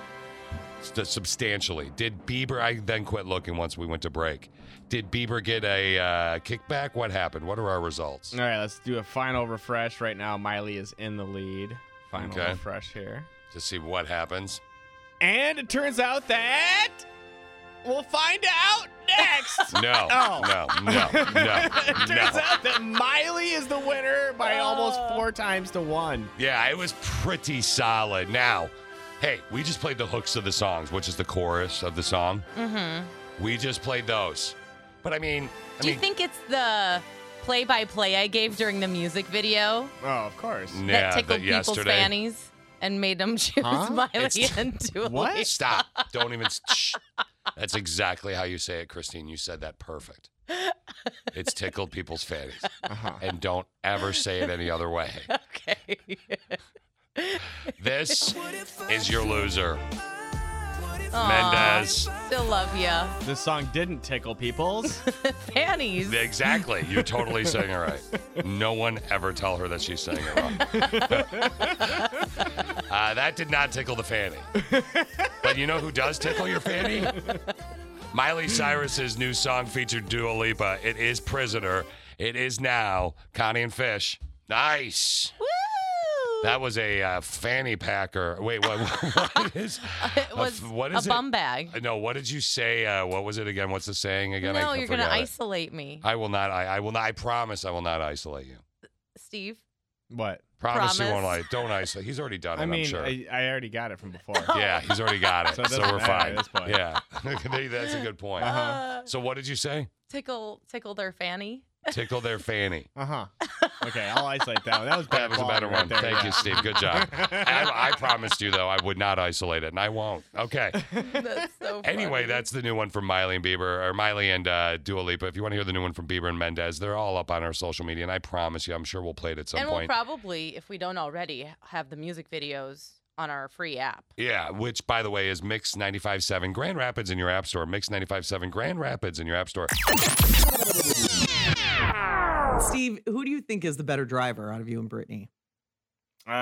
st- substantially. Did Bieber? I then quit looking once we went to break. Did Bieber get a uh, kickback? What happened? What are our results? All right, let's do a final refresh. Right now, Miley is in the lead. Final Okay. refresh here. To see what happens. And it turns out that we'll find out next. No, Oh. no, no, no, it turns no. out that Miley is the winner by almost four times to one. Yeah, it was pretty solid. Now, hey, we just played the hooks of the songs, which is the chorus of the song. Mm-hmm. We just played those. But I mean, I Do you mean, think it's the play-by-play I gave during the music video Oh, of course. Yeah, that tickled the- people's yesterday. fannies and made them choose Huh? Miley It's- and Dua Lipa? Stop. Don't even. shh. That's exactly how you say it, Christine. You said that perfect. It's tickled people's fannies. And don't ever say it any other way. Okay. this is your loser. Aw, Mendez. Still love ya. This song didn't tickle people's. Fannies. Exactly. You totally sang it right. No one ever tell her that she sang it wrong. uh, that did not tickle the fanny. But you know who does tickle your fanny? Miley Cyrus's new song featured Dua Lipa. It is Prisoner. It is now Connie and Fish. Nice. Woo! That was a uh, fanny packer. Wait, what, what is? It was f- what a is it? bum bag. No, what did you say? Uh, what was it again? What's the saying again? I no, f- you're gonna forgot it. Uh, isolate me, I will not. I, I will not. I promise I will not isolate you. Steve. What? Promise, you Promise. won't. I don't isolate. He's already done it. I mean, am sure. I, I already got it from before. yeah, he's already got it. So So, it doesn't we're matter at fine. this point. Yeah, that's a good point. Uh-huh. So what did you say? Tickle, tickle their fanny. Tickle their fanny. Uh huh. Okay, I'll isolate that one. That was That bad. was a quality better right one. there, Thank yeah. you, Steve. Good job. I, I promised you though I would not isolate it, and I won't. Okay. That's so. Funny. Anyway, that's the new one from Miley and Bieber, or Miley and uh, Dua Lipa. If you want to hear the new one from Bieber and Mendez, they're all up on our social media, and I promise you, I'm sure we'll play it at some and point. we'll probably, if we don't already, have the music videos on our free app. Yeah, which by the way is Mix 957 Grand Rapids in your app store. Mix 957 Grand Rapids in your app store. Steve, who do you think is the better driver out of you and Brittany? Uh,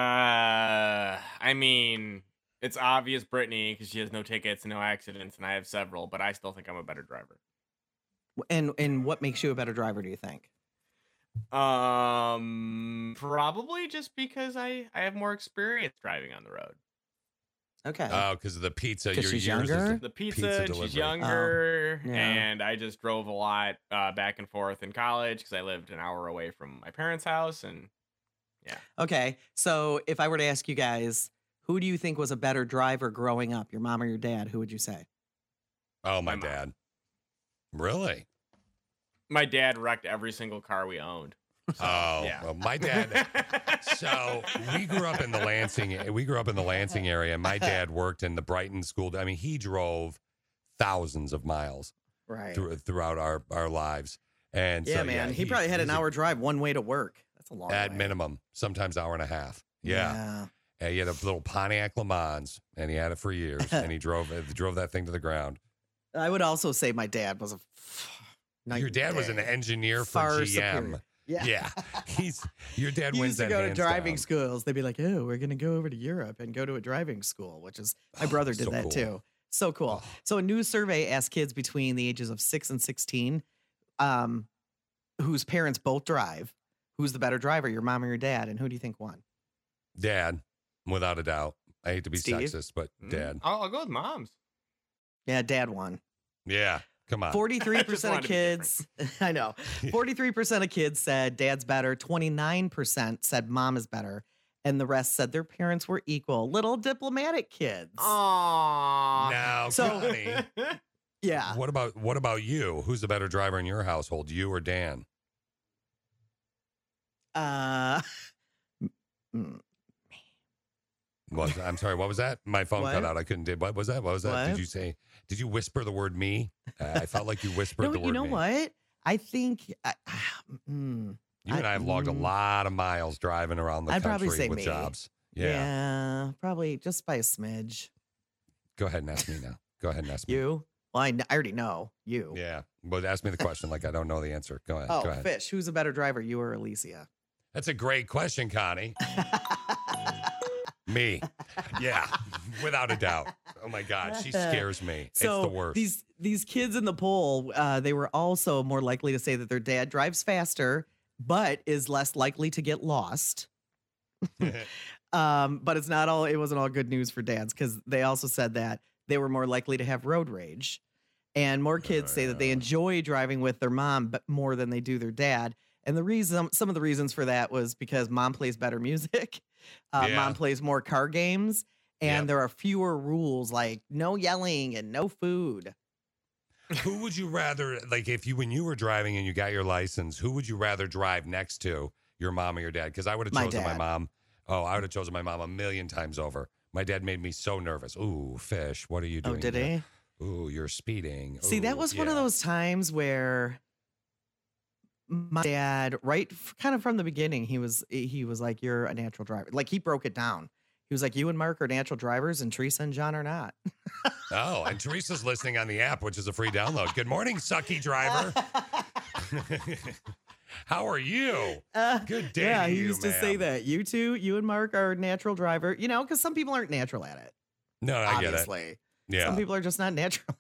I mean, it's obvious Brittany because she has no tickets, no accidents, and I have several, but I still think I'm a better driver. And and what makes you a better driver? Do you think? Um, probably just because I I have more experience driving on the road. Okay. Oh, because of the pizza. 'Cause Your she's years is younger? the The pizza, and she's delivery. younger, yeah. and I just drove a lot uh, back and forth in college because I lived an hour away from my parents' house, and Okay. So if I were to ask you guys, who do you think was a better driver growing up, your mom or your dad? Who would you say? Oh, my dad. Really? my dad wrecked every single car we owned. Oh, well, my dad. so we grew up Mm-hmm. in the Lansing. We grew up in the Lansing area. and My dad worked in the Brighton school. I mean, he drove thousands of miles Right. through, throughout our our lives. And yeah, so, man. he, probably had he's an a- hour drive one way to work. That's a long at way. minimum, sometimes hour and a half. Yeah. And he had a little Pontiac Le Mans, and he had it for years, and he drove uh, drove that thing to the ground. I would also say my dad was a. Your dad was an engineer for Far GM. superior. Yeah. he's your dad He wins used to that go to hands driving down. schools. They'd be like, "Oh, we're going to go over to Europe and go to a driving school," which is my brother did Oh, so that cool. Oh. too. So cool. So a new survey asked kids between the ages of six and sixteen, um, whose parents both drive, who's the better driver, your mom or your dad, and who do you think won? Dad, without a doubt. I hate to be Steve? Hmm? sexist, but dad. I'll, I'll go with moms. Yeah, dad won. Yeah, come on. Forty-three Just percent wanted of to be kids. I know. Forty-three percent of kids said dad's better. Twenty-nine percent said mom is better, and the rest said their parents were equal. Little diplomatic kids. Aww. Now, So- Connie, Yeah. what about what about you? Who's the better driver in your household, you or Dan? Uh, Was I'm sorry, what was that? My phone What? cut out. I couldn't. Did what was that? What was that? What? Did you say? Did you whisper the word me? Uh, I felt like you whispered no, the word. you know me. what? I think. I, ah, mm, You and I have logged a mm. lot of miles driving around the I'd country probably say with me. jobs. yeah. Yeah. probably just by a smidge. Go ahead and ask me now. Go ahead and ask me. You? Well, I, kn- I already know you. Yeah, but ask me the question like I don't know the answer. Go ahead. go Oh, ahead. fish. Who's a better driver, you or Alicia? That's a great question, Connie. Mm. me. Yeah, without a doubt. Oh my God, she scares me. So it's the worst. these these kids in the poll, uh, they were also more likely to say that their dad drives faster, but is less likely to get lost. Um, but it's not all. It wasn't all good news for dads because they also said that they were more likely to have road rage, and more kids say that they enjoy driving with their mom, but more than they do their dad. And the reason, some of the reasons for that was because mom plays better music, uh, Yeah. mom plays more car games, and Yep. there are fewer rules like no yelling and no food. who would you rather like if you when you were driving and you got your license? Who would you rather drive next to, your mom or your dad? Because I would have My chosen my dad. mom. Oh, I would have chosen my mom a million times over. My dad made me so nervous. Ooh, fish, what are you Oh, doing? did here? Ooh, you're speeding. See, that Ooh, was one of yeah. those times where my dad, right, f- kind of from the beginning, he was eh, he was like, "You're a natural driver." Like he broke it down. He was like, "You and Mark are natural drivers, and Teresa and John are not." Oh, and Teresa's listening on the app, which is a free download. Good morning, sucky driver. How are you? Uh, Good day. yeah, to he you, used to say ma'am. that. You two, you and Mark are natural driver. You know, because some people aren't natural at it. No, I get Obviously. it. Yeah. Some people are just not natural.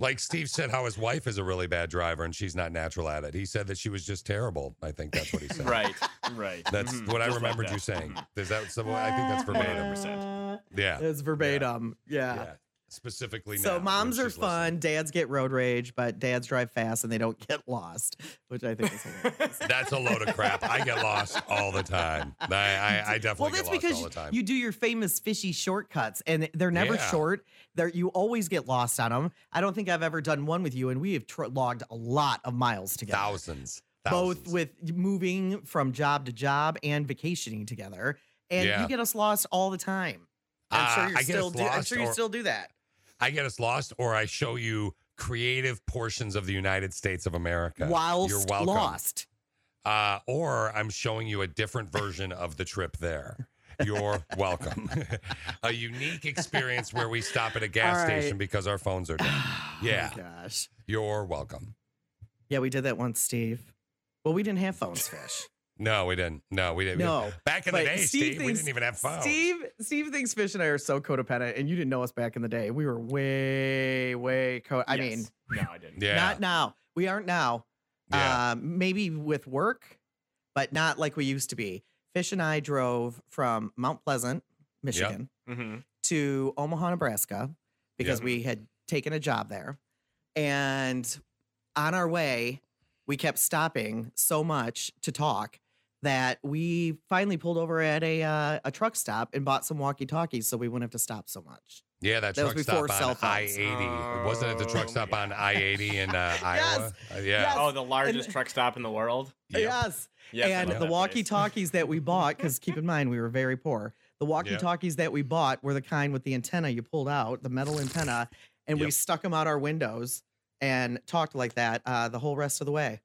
Like Steve said, how his wife is a really bad driver and she's not natural at it. He said that she was just terrible. I think that's what he said. Right. Right. That's Mhm. what I Just like remembered that. Mm-hmm. you saying. Is that some, I think that's verbatim. Yeah. It's verbatim. Yeah. Specifically now. So when moms are she's listening. fun. Dads get road rage, but dads drive fast and they don't get lost, which I think is hilarious. That's a load of crap. I get lost all the time. I, I, I definitely get well, that's lost because all the time. you do your famous fishy shortcuts, and they're never Yeah. short. They're, you always get lost on them. I don't think I've ever done one with you, and we have tr- logged a lot of miles together. Thousands. Both with moving from job to job and vacationing together, and Yeah. you get us lost all the time. I'm Uh, sure you I get still us do. I'm lost sure you or- still do that. I get us lost, or I show you creative portions of the United States of America. Whilst You're welcome. lost. Oh Uh, or I'm showing you a different version of the trip there. You're welcome. a unique experience where we stop at a gas All right. station because our phones are dead. Yeah. gosh. You're welcome. Yeah, we did that once, Steve. Well, we didn't have phones, Fish. No, we didn't. No, we didn't. No, Back in the but day, Steve Steve, we thinks- didn't even have phones. Steve, Steve thinks Fish and I are so codependent, and you didn't know us back in the day. We were way, way co. I mean, No, I didn't. Yeah. not now. We aren't now. Uh, maybe with work, but not like we used to be. Fish and I drove from Mount Pleasant, Michigan, to Omaha, Nebraska, because Yep. we had taken a job there. And on our way, we kept stopping so much to talk that we finally pulled over at a uh, a truck stop and bought some walkie talkies so we wouldn't have to stop so much. Yeah, that, That was truck stop before cell on phones. Oh, I eighty. Wasn't it the truck stop on I eighty in uh, Iowa? Uh, yeah. Oh, the largest truck stop in the world. Yes. Yes, I and know the that walkie talkies that we bought, because keep in mind we were very poor. The walkie talkies that we bought were the kind with the antenna you pulled out, the metal antenna, and we Yep. stuck them out our windows and talked like that uh, the whole rest of the way.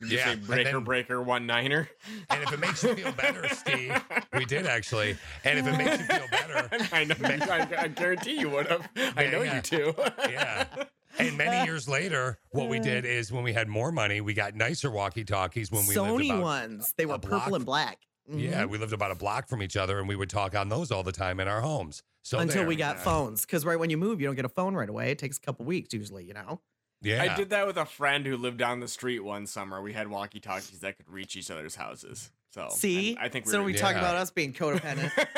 Did you Yeah, say and breaker then- breaker one niner? And if it makes you feel better, Steve, we did actually. And if it makes you feel better, I know. I, I guarantee you would have. I know you too. yeah. And many years later, what we did is when we had more money, we got nicer walkie talkies when we lived Sony about, ones, they were block purple and black. Yeah, Mhm. we lived about a block from each other, and we would talk on those all the time in our homes. So Until there. we got phones, because right when you move, you don't get a phone right away. It takes a couple weeks usually, you know. Yeah, I did that with a friend who lived down the street one summer. We had walkie talkies that could reach each other's houses. So See, I, I think we so were we doing talk that. about us being codependent.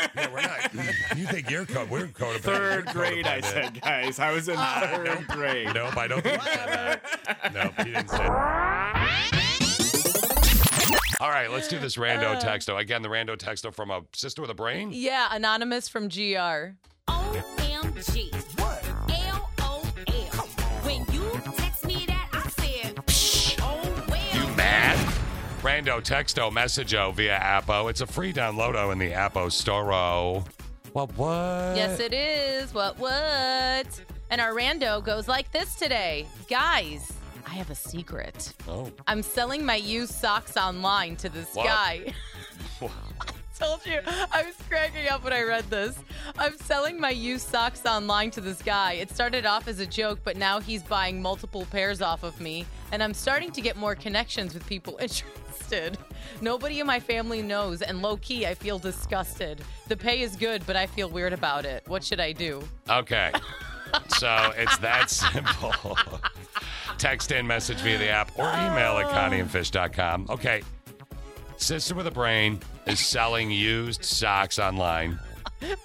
You think you're co- we're codependent? Third You're grade, I codependent. said, guys. I was in third grade. Nope, I don't think you said that. Nope, you didn't say that. All right, let's do this rando Uh. E- texto. Again, the rando texto from a sister with a brain. Yeah, anonymous from GR. OMG. What? L O L. When you text me that, I said, oh well. Mad? Rando texto messageo via Appo. It's a free downloado in the Appo Store. oh. What, what? Yes, it is. What, what? And our rando goes like this today Guys, I have a secret. Oh. I'm selling my used socks online to this Wow. guy. Wow. Told you, I was cracking up when I read this. I'm selling my used socks online to this guy. It started off as a joke, but now he's buying multiple pairs off of me, and I'm starting to get more connections with people interested. Nobody in my family knows, and low key, I feel disgusted. The pay is good, but I feel weird about it. What should I do? Okay. so it's that simple. Text in, message via the app, or email Oh. at connieandfish.com. Okay. Sister with a Brain is selling used socks online.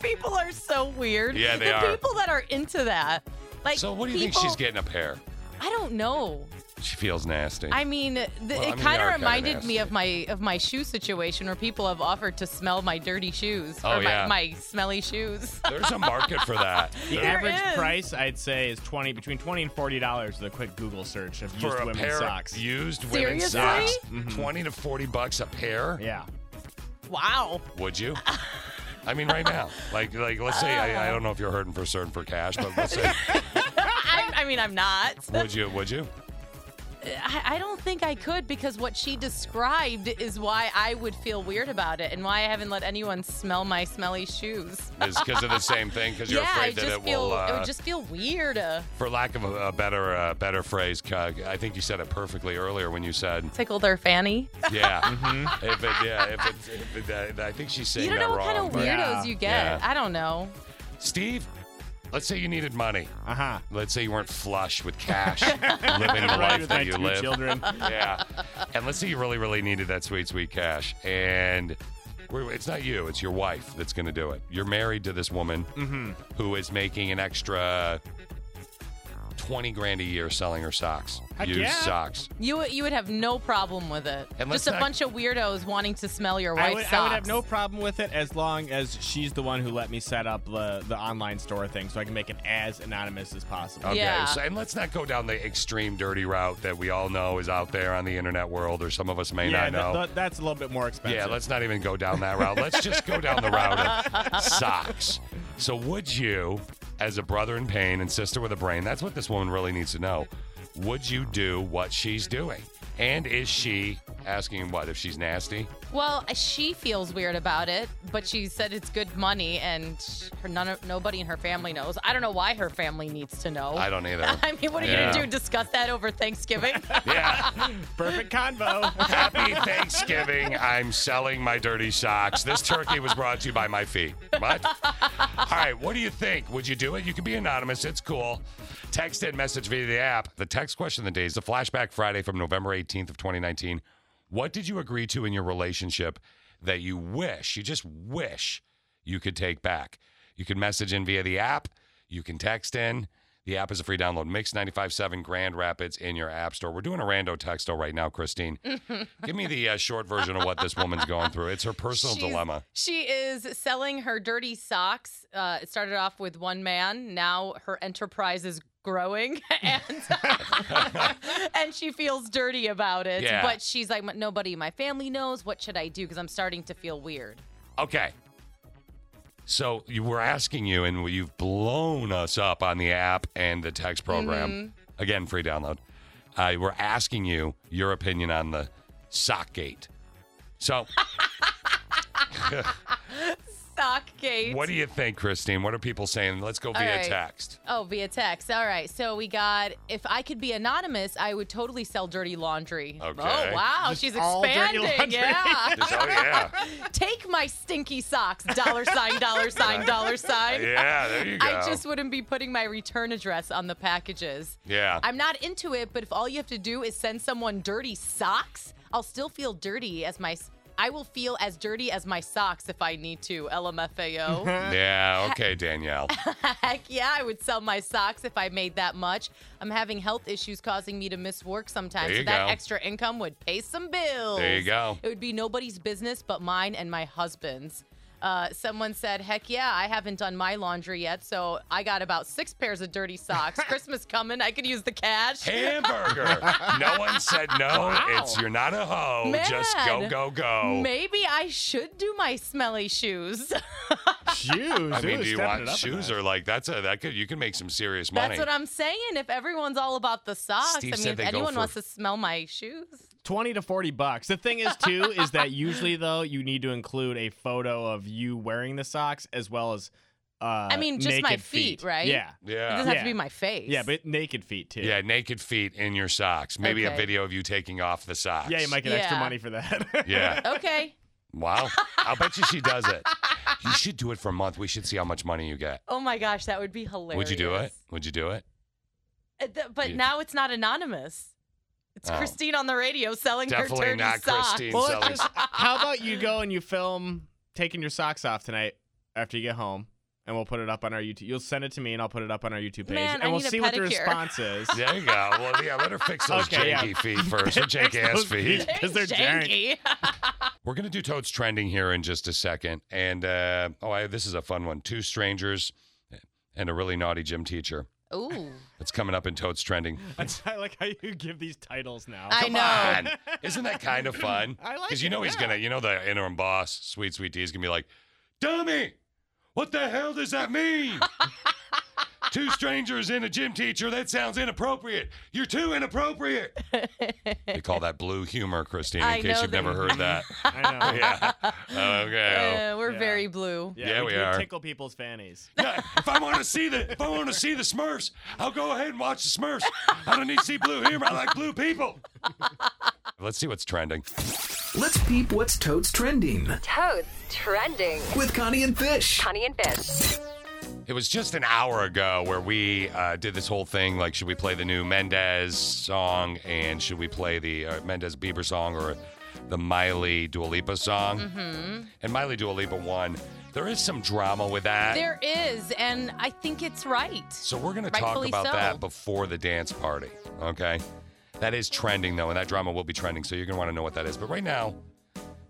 People are so weird. Yeah, they the are. people that are into that. Like, so what do you people, think she's getting a pair? I don't know. She feels nasty. I mean, th- Well, I it mean, they kind are kinda of reminded nasty. me of my of my shoe situation where people have offered to smell my dirty shoes Oh, or yeah. my, my smelly shoes. There's a market for that. The There- average is. price I'd say is twenty between twenty and forty dollars with a quick Google search of for used a women's pair socks. of used women's Seriously? socks, Mm-hmm. twenty to forty bucks a pair. Yeah. Wow. Would you? I mean, right now, like, like, let's say I, I don't know if you're hurting for certain for cash, but let's say, I, I mean, I'm not. would you? Would you? I, I don't think I could because what she described is why I would feel weird about it and why I haven't let anyone smell my smelly shoes. Is because of the same thing? Because you're yeah, I afraid that just it feel will. Uh, it would just feel weird. Uh, for lack of a, a better uh, better phrase, Cug, I think you said it perfectly earlier when you said, tickle their fanny. yeah, if it, yeah, if it's, if it, uh, I think she's saying Mm-hmm. You that don't know what wrong. kind of but- weirdos you get. Yeah. I don't know. Steve, let's say you needed money. Uh huh. Let's say you weren't flush with cash, living the Right, life with that my you two live. children. Yeah, and let's say you really, really needed that sweet, sweet cash, and we're- it's not you, it's your wife that's going to do it. You're married to this woman Mm-hmm. who is making an extra twenty grand a year selling her socks, Heck used yeah. socks. You would- you would have no problem with it. And let's Just a not- bunch of weirdos wanting to smell your wife's I would, socks. I would have no problem with it as long as she's the one who let me set up the, the online store thing so I can make it as anonymous as possible. Okay, so, and let's not go down the extreme dirty route that we all know is out there on the internet world, or some of us may yeah, not know. that- that- that's a little bit more expensive. Yeah, let's not even go down that route. Let's just go down the route of socks. So, would you, as a brother in pain and sister with a brain, that's what this woman really needs to know. Would you do what she's doing? And is she asking what if she's nasty? Well, she feels weird about it, but she said it's good money, and her none of, nobody in her family knows. I don't know why her family needs to know. I don't either. I mean, what are Yeah. you gonna do? Discuss that over Thanksgiving? Yeah. Perfect convo. Happy Thanksgiving. I'm selling my dirty socks. This turkey was brought to you by my feet. What? All right, what do you think? Would you do it? You can be anonymous. It's cool. Text and message via the app. The text question of the day is the flashback Friday from November 18th of 2019. What did you agree to in your relationship that you wish, you just wish you could take back? You can message in via the app. You can text in. The app is a free download. Mix 95.7 Grand Rapids in your app store. We're doing a rando texto right now, Christine. Give me the uh, short version of what this woman's going through. It's her personal She's- dilemma. She is selling her dirty socks. Uh, it started off with one man. Now her enterprise is growing, and and she feels dirty about it. Yeah. But she's like, nobody in my family knows. What should I do? Because I'm starting to feel weird. Okay. So you were asking you, and you've blown us up on the app and the text program. Mm-hmm. Again, free download. Uh, we're asking you your opinion on the sock gate. So, Sockgate. what do you think, Christine? What are people saying? Let's go All via right. text. Oh, via text. All right. So we got if I could be anonymous, I would totally sell dirty laundry. Okay. Oh, wow. Just She's all dirty expanding. laundry. Yeah. Just- oh, yeah. Take my stinky socks. Dollar sign, dollar sign, dollar sign. Yeah, there you I go. just wouldn't be putting my return address on the packages. Yeah. I'm not into it, but if all you have to do is send someone dirty socks, I'll still feel dirty as my. I will feel as dirty as my socks if I need to. LMFAO. yeah. Okay, Danielle. Heck yeah, I would sell my socks if I made that much. I'm having health issues causing me to miss work sometimes. There So you that go. extra income would pay some bills. There you go. It would be nobody's business but mine and my husband's. Uh, someone said, heck yeah, I haven't done my laundry yet, so I got about six pairs of dirty socks. Christmas coming, I could use the cash. Hamburger. no one said no. It's you're not a hoe. Just go, Man. go, go. Maybe I should do my smelly shoes. Shoes. I mean, Ooh, do you stepping want it up a shoes or like that's a that could you can make some serious money. That's what I'm saying. If everyone's all about the socks, Steve I mean, said if they go anyone for- wants to smell my shoes, 20 to 40 bucks. The thing is, too, is that usually, though, you need to include a photo of you wearing the socks as well as. Uh, I mean, just my naked feet, right? Yeah. Yeah. It doesn't have to be my face. Yeah, but naked feet, too. Yeah, naked feet in your socks. Maybe a Okay. video of you taking off the socks. Yeah, you might get extra Yeah. money for that. Yeah. okay. Wow. I'll bet you she does it. You should do it for a month. We should see how much money you get. Oh my gosh, that would be hilarious. Would you do it? Would you do it? Uh, th- But You- now it's not anonymous. It's Oh. Christine on the radio selling Definitely her dirty not socks. Christine Well, selling. it's just, how about you go and you film taking your socks off tonight after you get home, and we'll put it up on our YouTube. You'll send it to me, and I'll put it up on our YouTube page, Man, and I we'll need a see what the pedicure. response is. there you go. Well, yeah, let her fix those Okay, yeah. janky feet first. Her janky ass those feet. feet. 'Cause they're janky. We're gonna do totes trending here in just a second, and uh, oh, I, this is a fun one. Two strangers and a really naughty gym teacher. Ooh. That's coming up in totes trending. That's- I like how you give these titles now. I Come know. on. Isn't that kind of fun? I like Because you it, know he's yeah. gonna, you know, the interim boss, sweet sweet D, is gonna be like, "Dummy, what the hell does that mean? Two strangers and a gym teacher. That sounds inappropriate. You're too inappropriate." they call that blue humor, Christine. In I case know you've they never heard do. that. I know. yeah. Okay. Uh, we're Yeah. very blue. Yeah, we we are. tickle people's fannies. Yeah, if I want to see the if I want to see the Smurfs, I'll go ahead and watch the Smurfs. I don't need to see blue humor. I like blue people. Let's see what's trending. Let's peep what's totes trending Toads trending. with Connie and Fish. Connie and Fish. It was just an hour ago where we uh, did this whole thing like, should we play the new Mendez song and should we play the uh, Mendez Bieber song or the Miley Dua Lipa song? hmm And Miley Dua Lipa won. There is some drama with that. There is, and I think it's right. so we're going to talk rightfully about so. that before the dance party, okay? That is trending though, and that drama will be trending, so you're going to want to know what that is. But right now,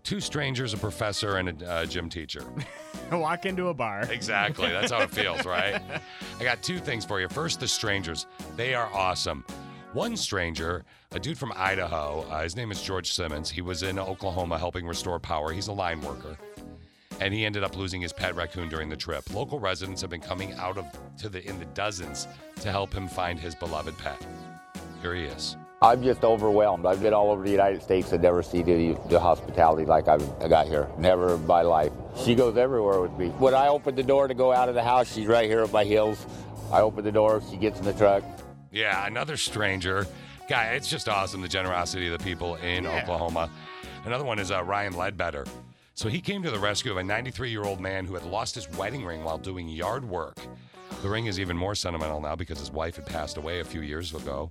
two strangers, a professor, and a uh, gym teacher. Walk into a bar. Exactly. That's how it feels, right? I got two things for you. First, the strangers. They are awesome. One stranger, a dude from Idaho, uh, his name is George Simmons. He was in Oklahoma helping restore power. He's a line worker. And he ended up losing his pet raccoon during the trip. Local residents have been coming out of to the in the dozens to help him find his beloved pet. Here he is. I'm just overwhelmed. I've been all over the United States and never seen the, the hospitality like I've, I got here. Never in my life. She goes everywhere with me. When I open the door to go out of the house, she's right here at my heels. I open the door, she gets in the truck. Yeah, another stranger. Guy, it's just awesome the generosity of the people in Oklahoma. Another one is uh, Ryan Ledbetter. So he came to the rescue of a 93 year old man who had lost his wedding ring while doing yard work. The ring is even more sentimental now because his wife had passed away a few years ago.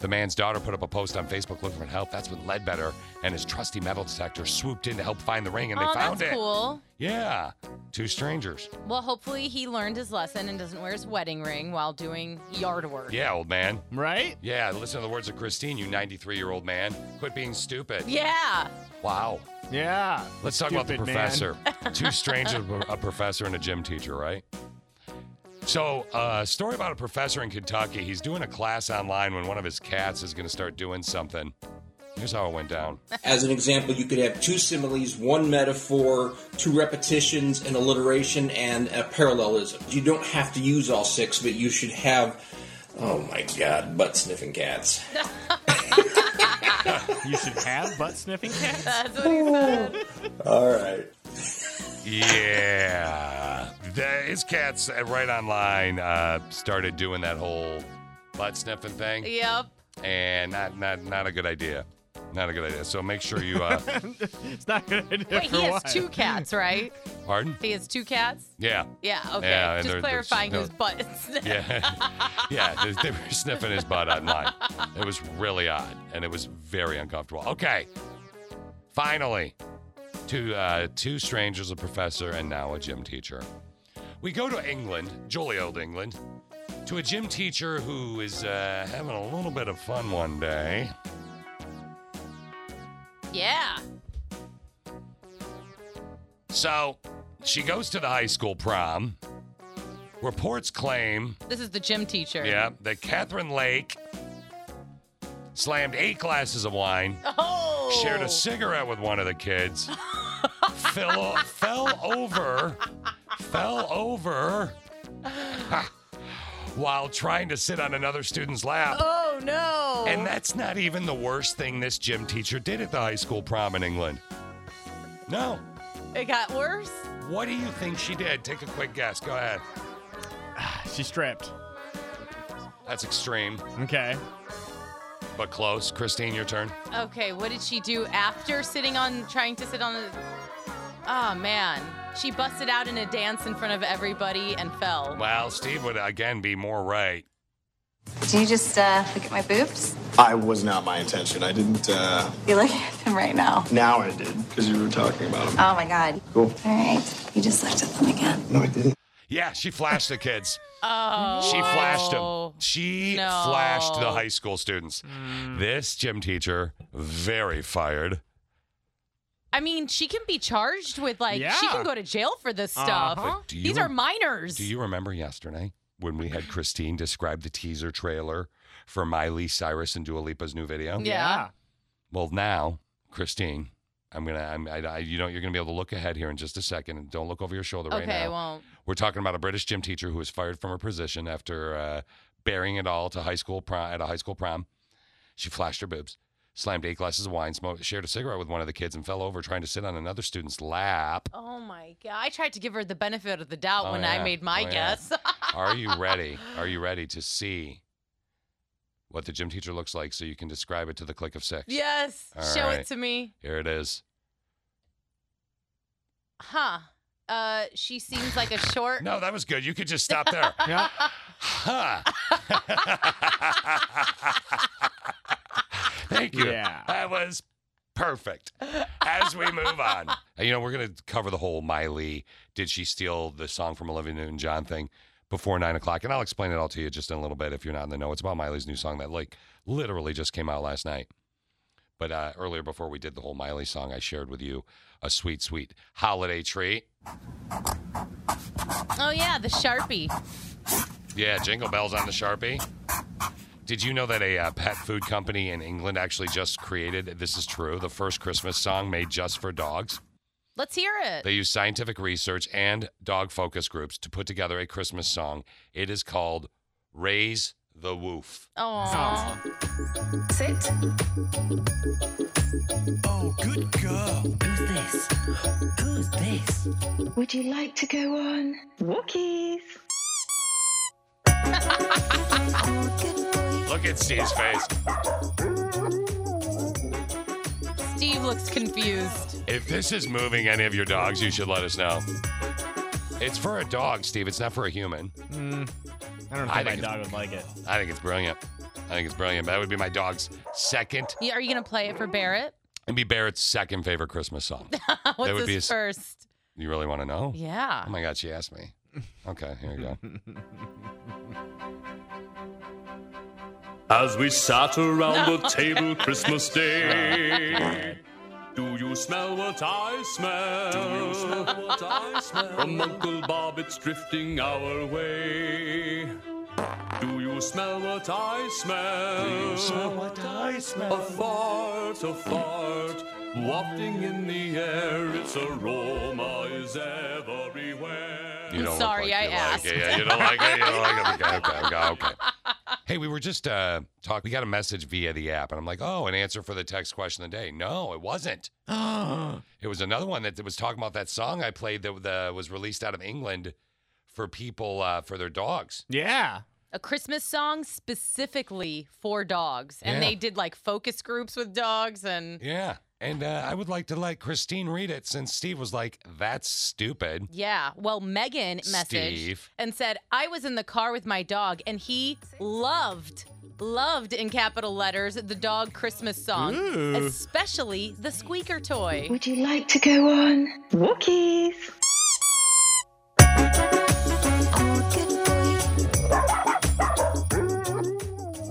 The man's daughter put up a post on Facebook looking for help. That's when Ledbetter and his trusty metal detector swooped in to help find the ring, and oh, they found that's it. cool. Yeah, two strangers. Well, hopefully he learned his lesson and doesn't wear his wedding ring while doing yard work. Yeah, old man. Right? Yeah, listen to the words of Christine, you 93 year old man. Quit being stupid. Yeah. Wow. Yeah. Let's talk about the Stupid man. professor. Two strangers, a professor and a gym teacher, right? So, a story about a professor in Kentucky. He's doing a class online when one of his cats is going to start doing something. Here's how it went down. As an example, you could have two similes, one metaphor, two repetitions, an alliteration, and a parallelism. You don't have to use all six, but you should have. Oh my god, butt sniffing cats. you should have butt sniffing cats? That's what he said. All right. Yeah. The, his cats uh, right online uh, started doing that whole butt sniffing thing. Yep. And not, not, not a good idea. Not a good idea. So make sure you. Uh, It's not good idea Wait, for he has what? two cats, right? pardon? He has two cats? Yeah. Yeah, okay. Yeah, and Just they're- they're- clarifying no. whose butt it's Yeah. yeah. They, they were sniffing his butt online. It was really odd and it was very uncomfortable. Okay. Finally, two, uh, two strangers, a professor, and now a gym teacher. We go to England, jolly old England, to a gym teacher who is uh, having a little bit of fun one day. Yeah. So she goes to the high school prom. Reports claim This is the gym teacher. Yeah, that Catherine Lake slammed eight glasses of wine, Oh. shared a cigarette with one of the kids, fell, fell over, fell over while trying to sit on another student's lap. Oh no. And that's not even the worst thing this gym teacher did at the high school prom in England. No. It got worse. What do you think she did? Take a quick guess. Go ahead. She stripped. That's extreme, Okay. but close. Christine, your turn. Okay, what did she do after sitting on trying to sit on a Oh man. She busted out in a dance in front of everybody and fell. Well, Steve would again be more right. Do you just uh, look at my boobs? I was not my intention. I didn't. Uh, You look at them right now. now I did because you were talking about him. Oh my god. Cool. All right. You just looked at them again. No, I didn't. Yeah, she flashed the kids. Oh. She flashed them. She No. flashed the high school students. This gym teacher, very fired. I mean, she can be charged with like she Yeah. can go to jail for this stuff. Uh-huh. But do These you- are minors. Do you remember yesterday when we had Christine describe the teaser trailer for Miley Cyrus and Dua Lipa's new video? Yeah. Well, now, Christine, I'm gonna, I'm, I, I, you know, you're gonna be able to look ahead here in just a second, and don't look over your shoulder right okay, now. I won't. We're talking about a British gym teacher who was fired from her position after uh, bearing it all to high school prom, at a high school prom. She flashed her boobs, slammed eight glasses of wine, smoked, shared a cigarette with one of the kids, and fell over trying to sit on another student's lap. Oh my god. I tried to give her the benefit of the doubt Oh, when yeah. I made my Oh, yeah. guess. Are you ready? Are you ready to see what the gym teacher looks like so you can describe it to the click of six? yes. All Show right. it to me. Here it is. Huh. Uh, she seems like a short. No, that was good. You could just stop there. Huh. Thank you. Yeah. That was perfect. As we move on, you know, we're going to cover the whole Miley, did she steal the song from Olivia Newton John thing before nine o'clock? And I'll explain it all to you just in a little bit if you're not in the know. It's about Miley's new song that, like, literally just came out last night. But uh, earlier, before we did the whole Miley song, I shared with you a sweet, sweet holiday treat. Oh yeah, the Sharpie. Yeah, jingle bells on the Sharpie. Did you know that a uh, pet food company in England actually just created this is true, the first Christmas song made just for dogs? Let's hear it. They use scientific research and dog focus groups to put together a Christmas song. It is called Raise the Woof. Oh. Sit. Oh, good girl. Who's this? Who's this? Would you like to go on walkies? Look at Steve's face. Steve looks confused. If this is moving any of your dogs, you should let us know. It's for a dog, Steve. It's not for a human. Mm, I don't I think my think it's- dog would like it. I think it's brilliant. I think it's brilliant. That would be my dog's second. Yeah, Are you gonna play it for Barrett? It'd be Barrett's second favorite Christmas song. What's would his be a s- first? You really want to know? Yeah. Oh my God, she asked me. Okay, here we go. As we sat around No. the table Christmas Day, do you smell what I smell? Do you smell what I smell? From Uncle Bob, it's drifting our way. Do you smell what I smell? Do you smell what I smell? A fart, a fart, wafting in the air. Its aroma is everywhere. You don't Sorry, look like I you asked. Like it. Yeah, you don't like it. You don't like it. Okay, okay, okay, okay. Hey, we were just uh, talking. We got a message via the app, and I'm like, oh, an answer for the text question of the day. No, it wasn't. It was another one that was talking about that song I played that that was released out of England for people uh, for their dogs. Yeah. A Christmas song specifically for dogs, and Yeah. they did like focus groups with dogs, and Yeah. And uh, I would like to let Christine read it since Steve was like, that's stupid. Yeah. Well, Megan messaged Steve. and said, I was in the car with my dog and he loved, loved in capital letters the dog Christmas song, Ooh. especially the squeaker toy. Would you like to go on walkies?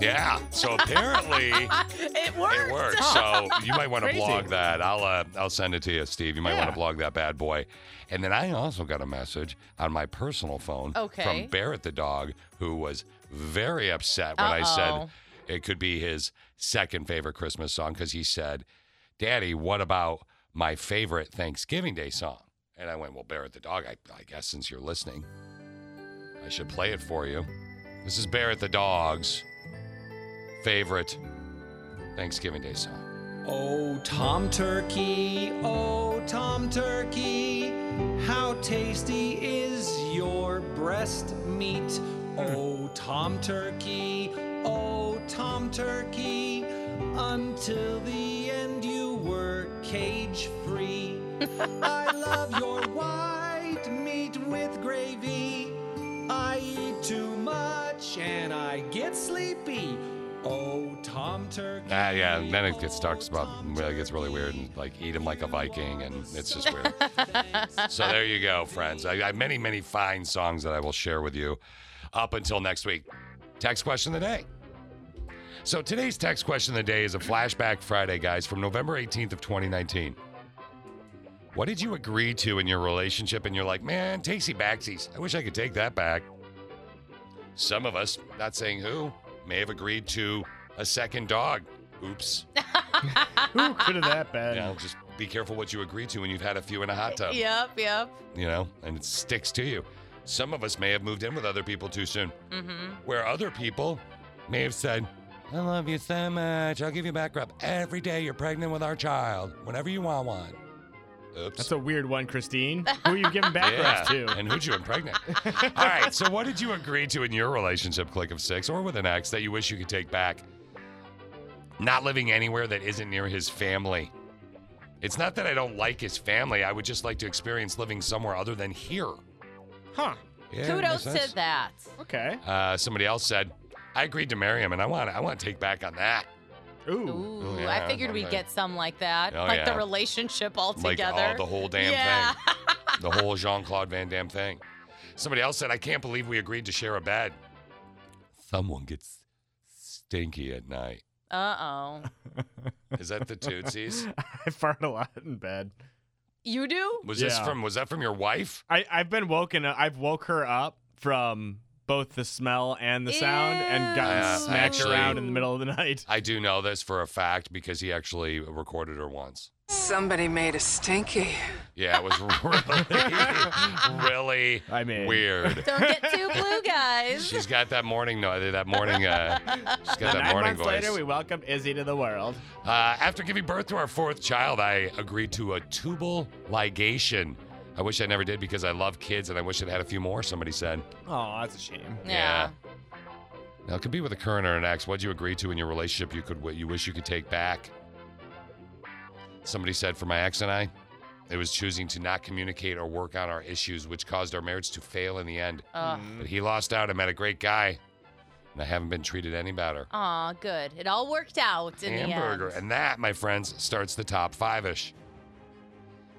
Yeah. So apparently it worked. it worked. So you might want to Crazy. blog that. I'll uh, I'll send it to you, Steve. You might want Yeah. to blog that bad boy. And then I also got a message on my personal phone Okay. from Barrett the dog, who was very upset when I Uh-oh. said it could be his second favorite Christmas song because he said, "Daddy, what about my favorite Thanksgiving Day song?" And I went, "Well, Barrett the dog. I, I guess since you're listening, I should play it for you." This is Barrett the dog's favorite Thanksgiving Day song. Oh, Tom Turkey, oh, Tom Turkey, how tasty is your breast meat? Oh, Tom Turkey, oh, Tom Turkey, until the end you were cage free. I love your white meat with gravy. I eat too much and I get sleepy. Oh, Tom Turkey. oh, Ah, yeah. And then it gets talks about it gets really weird and like eat him like a Viking, and it's just weird. so there you go, friends. I, I have many, many fine songs that I will share with you. Up until next week, text question of the day. So today's text question of the day is a flashback Friday, guys, from November 18th of 2019. What did you agree to in your relationship? And you're like, man, takesy backsies. I wish I could take that back. Some of us, not saying who, may have agreed to a second dog. Oops. Who could have that been? Yeah, just be careful what you agree to when you've had a few in a hot tub. Yep, yep. You know, and it sticks to you. Some of us may have moved in with other people too soon, Mm-hmm. where other people may have said, I love you so much. I'll give you back rub every day you're pregnant with our child, whenever you want one. Oops. That's a weird one, Christine. Who are you giving back rubs to? And who'd you impregnate? All right. So, what did you agree to in your relationship, click of six, or with an ex that you wish you could take back? Not living anywhere that isn't near his family. It's not that I don't like his family. I would just like to experience living somewhere other than here. Huh. Yeah, Kudos makes sense. to that. Okay. Uh, somebody else said, I agreed to marry him, and I want I want to take back on that. Ooh. Ooh, Oh, yeah, I figured we'd okay. get some like that, Oh, like the yeah. relationship altogether. Like all the whole damn yeah. thing. The whole Jean Claude Van Damme thing. Somebody else said, I can't believe we agreed to share a bed. Someone gets stinky at night. Uh oh. Is that the Tootsies? I fart a lot in bed. You do? Was this from was that from your wife? I, I've been woken up. I've woke her up from both the smell and the sound and gotten Yeah, smacked actually- around in the middle of the night. I do know this for a fact because he actually recorded her once. Somebody made a stinky. Yeah, it was really, really I mean, weird. Don't get too blue, guys. She's got that morning no that morning uh she's got that Nine morning months voice. later, we welcome Izzy to the world. Uh, after giving birth to our fourth child, I agreed to a tubal ligation. I wish I never did because I love kids and I wish I'd had a few more, somebody said. Oh, that's a shame. Now, it could be with a current or an ex. What'd you agree to in your relationship you could you wish you could take back? Somebody said for my ex and I, it was choosing to not communicate or work on our issues, which caused our marriage to fail in the end. Ugh. But he lost out and met a great guy. and I haven't been treated any better. Aw, good. It all worked out in hamburger. the end. And that, my friends, starts the top five ish.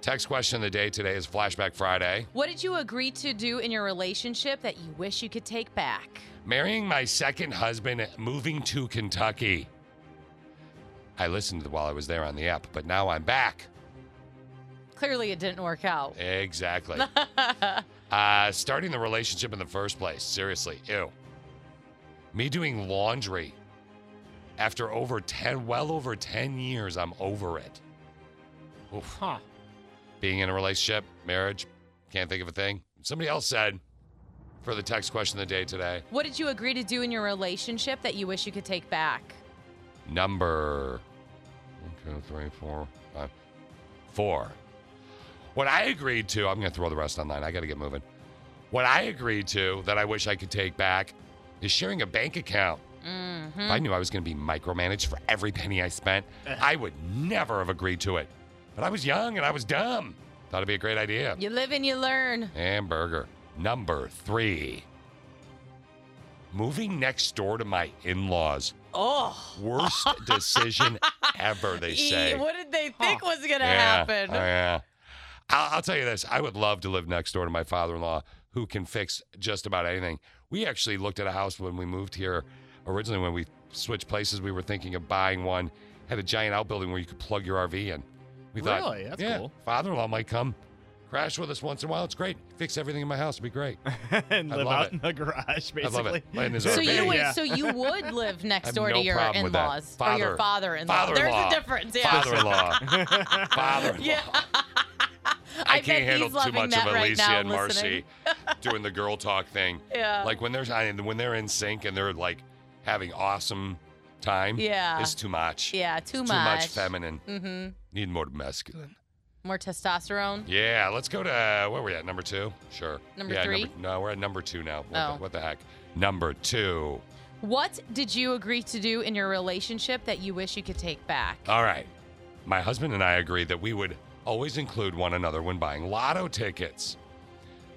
Text question of the day today is Flashback Friday. What did you agree to do in your relationship that you wish you could take back? Marrying my second husband, moving to Kentucky. I listened while I was there on the app, but now I'm back. Clearly, it didn't work out. Exactly. uh, starting the relationship in the first place. Seriously. Ew. Me doing laundry after over 10, well over 10 years, I'm over it. Oof. Huh. Being in a relationship, marriage, can't think of a thing. Somebody else said for the text question of the day today What did you agree to do in your relationship that you wish you could take back? number one, two, three, four, five, four. What I agreed to, I'm going to throw the rest online. I got to get moving. What I agreed to that I wish I could take back is sharing a bank account. Mm-hmm. If I knew I was going to be micromanaged for every penny I spent, I would never have agreed to it. But I was young and I was dumb. Thought it'd be a great idea. You live and you learn. Hamburger. Number three. Moving next door to my in laws. Oh. Worst decision ever, they say. E- What did they think was going to happen? Oh, yeah. I'll, I'll tell you this I would love to live next door to my father in law who can fix just about anything. We actually looked at a house when we moved here. Originally, when we switched places, we were thinking of buying one, had a giant outbuilding where you could plug your RV in. We thought, Really? That's yeah, cool. Father in law might come crash with us once in a while. It's great. Fix everything in my house. It'd be great. and I live love out it. in the garage, I love basically. it. Play in his So RV. you would, so you would live I next have door no to your problem with that. in-laws or your father-in-law. father-in-law, There's a difference. Yeah. Father-in-law. father-in-law. Yeah. I, bet can't he's handle too loving much that of Alicia right now, and Marcy listening. doing the girl talk thing. Yeah. Like when they're I mean, when they're in sync and they're like having awesome time. Yeah. It's too much. Yeah, too It's much. Too much feminine. Mm-hmm. Need more masculine. More testosterone. Yeah. Let's go to where we at? Number two. Sure. Number yeah, three? Number, no, we're at number two now. What, Oh. the, what the heck? Number two. What did you agree to do in your relationship that you wish you could take back? All right. My husband and I agree that we would always include one another when buying lotto tickets.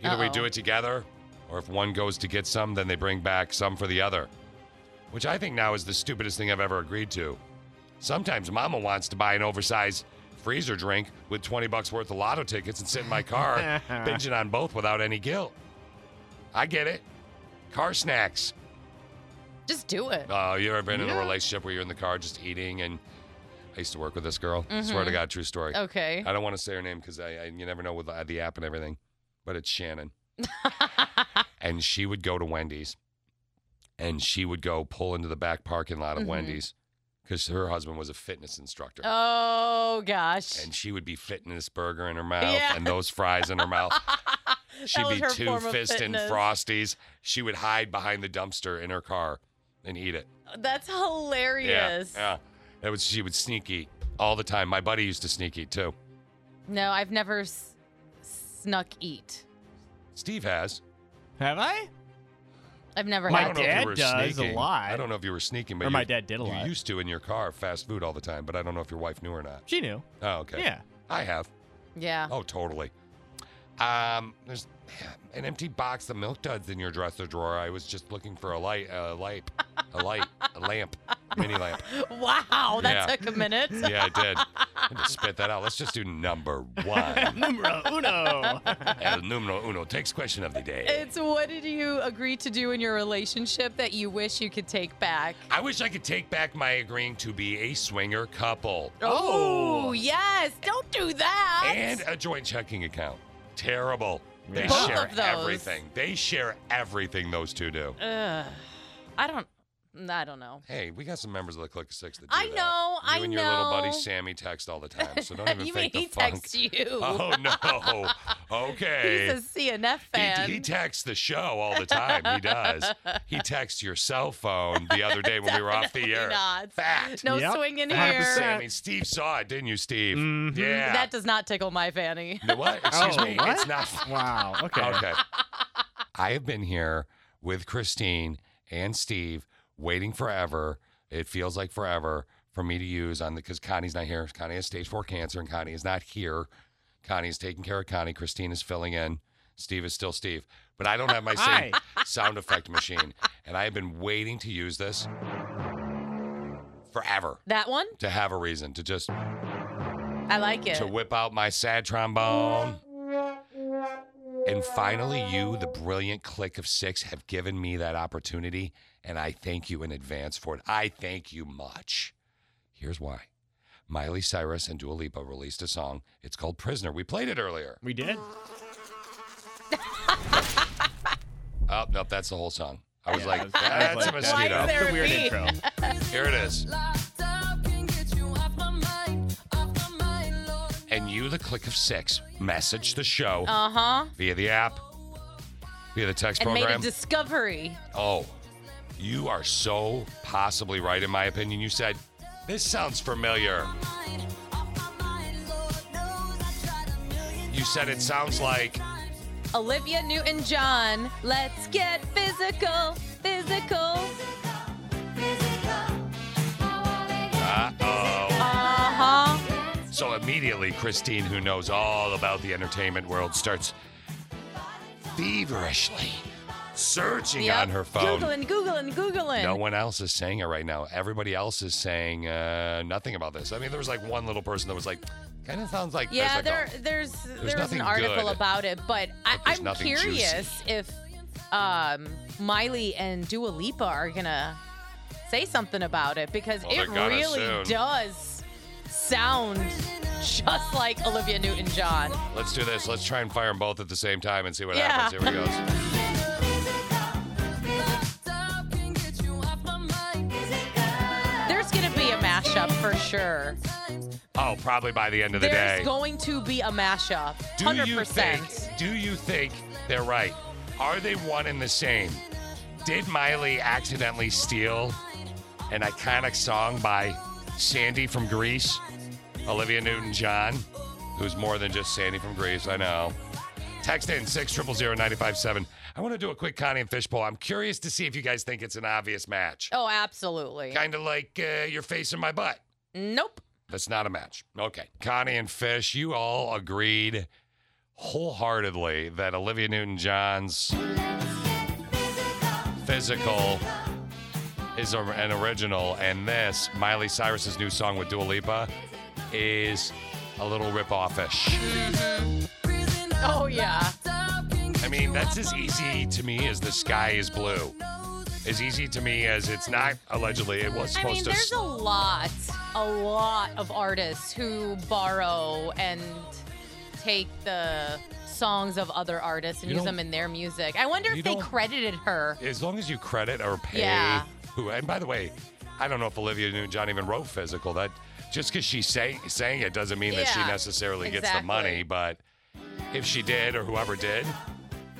Either we Uh-oh. do it together, or if one goes to get some, then they bring back some for the other, which I think now is the stupidest thing I've ever agreed to. Sometimes mama wants to buy an oversized freezer drink with 20 bucks worth of lotto tickets and sit in my car, binging on both without any guilt. I get it. Car snacks. Just do it. Oh, you ever been in a Yeah. relationship where you're in the car just eating? And I used to work with this girl. Swear to Mhm. God, true story. Okay. I don't want to say her name because I, I you never know with the, the app and everything, but it's Shannon. and she would go to Wendy's, and she would go pull into the back parking lot of Mhm. Wendy's because her husband was a fitness instructor. Oh gosh. And she would be fitting this burger in her mouth Yeah. and those fries in her mouth. She'd was be her two form of fisting fitness. frosties. She would hide behind the dumpster in her car and eat it. That's hilarious. Yeah, yeah. It was she would sneak eat all the time. My buddy used to sneak eat too. No, I've never s- snuck eat. Steve has. Have I? I've never I had don't know if to. you dad were does a sneaking. lot. I don't know if you were sneaking, but Or my you- dad did a lot. You used to in your car fast food all the time, but I don't know if your wife knew or not. She knew. Oh, okay. Yeah. I have. Yeah. Oh, totally. Um, there's an empty box of milk duds in your dresser drawer. I was just looking for a light, a light, a light, a lamp, mini lamp. Wow, Oh. that Yeah. took a minute. Yeah, I did. I had to spit that out. Let's just do number one. Numero uno. El numero uno. Text question of the day. It's what did you agree to do in your relationship that you wish you could take back? I wish I could take back my agreeing to be a swinger couple Oh, yes. Don't do that. and a joint checking account. Terrible. They Both share of those. Uh, everything. They share everything those two do. Ugh, I don't. I don't know. Hey, we got some members of the Click of Six that do I that. know, You I and your little buddy know. Sammy text all the time, so don't even You fake the mean he funk. texts you. Oh no. Okay. He's a CNF fan. He, he texts the show all the time. He does. He texts your cell phone the other day when we were off the air. Not. Fact. No swing in Fact, here. Sammy, Steve saw it, didn't you, Steve? Mm-hmm. Yeah. That does not tickle my fanny. No, what? Excuse Oh, me. what? It's not. Wow. Okay. Okay. I have been here with Christine and Steve waiting forever. It feels like forever for me to use on the because Connie's not here. Connie has stage four cancer and Connie is not here. Connie is taking care of Connie. Christine is filling in. Steve is still Steve. But I don't have my same sound effect machine. And I have been waiting to use this forever That one? to have a reason to just I like it. to whip out my sad trombone. And finally, you, the brilliant click of six, have given me that opportunity, and I thank you in advance for it. I thank you much. Here's why Miley Cyrus and Dua Lipa released a song. It's called Prisoner. We played it earlier. We did? Oh, no, that's the whole song. I was Yeah, I like, was- I was that's a like, that's- mosquito. Why is there a Weird beat? intro. Here it is. And you, the click of six, message the show Uh huh. via the app, via the text And made a program. discovery. Oh, you are so possibly right, in my opinion. You said, This sounds familiar. You said it sounds like, Olivia Newton John, let's get physical, physical. uh Uh oh. huh. So immediately, Christine, who knows all about the entertainment world, starts feverishly searching on her phone. Googling, Googling, Googling. No one else is saying it right now. Everybody else is saying uh, nothing about this. I mean, there was like one little person that was like, kind of sounds like yeah, physical. there, there's there's nothing an article good. about it, but, I, there's I'm nothing curious if um, Miley and Dua Lipa are gonna say something about it because Well, they're it gonna really soon. does sound just like Olivia Newton-John. Let's do this. Let's try and fire them both at the same time and see what Yeah. happens. Here we go. There's gonna be a mashup for sure. Oh, probably by the end of the There's day. going to be a mashup. do 100%. you think? Do you think they're right? Are they one and the same? Did Miley accidentally steal an iconic song by Sandy from Greece, Olivia Newton-John, who's more than just Sandy from Greece? I know. Text in six triple zero ninety five seven. I want to do a quick Connie and Fish poll. I'm curious to see if you guys think it's an obvious match. Oh, absolutely. Kind of like uh, your face in my butt. Nope. That's not a match. Okay. Connie and Fish, you all agreed wholeheartedly that Olivia Newton John's physical is a, an original, and this, Miley Cyrus's new song with Dua Lipa, is a little rip offish. Oh yeah. I mean, that's as easy to me as the sky is blue. As easy to me as it's not allegedly, it was I mean, supposed to. there's a lot, a lot of artists who borrow and take the songs of other artists and You use don't- them in their music. I wonder you if they don't- credited her. as long as you credit or pay Yeah. who and by the way i don't know if olivia newton-john even wrote physical that just because she sang, sang it doesn't mean that she Yeah, necessarily gets the money but if she did or whoever did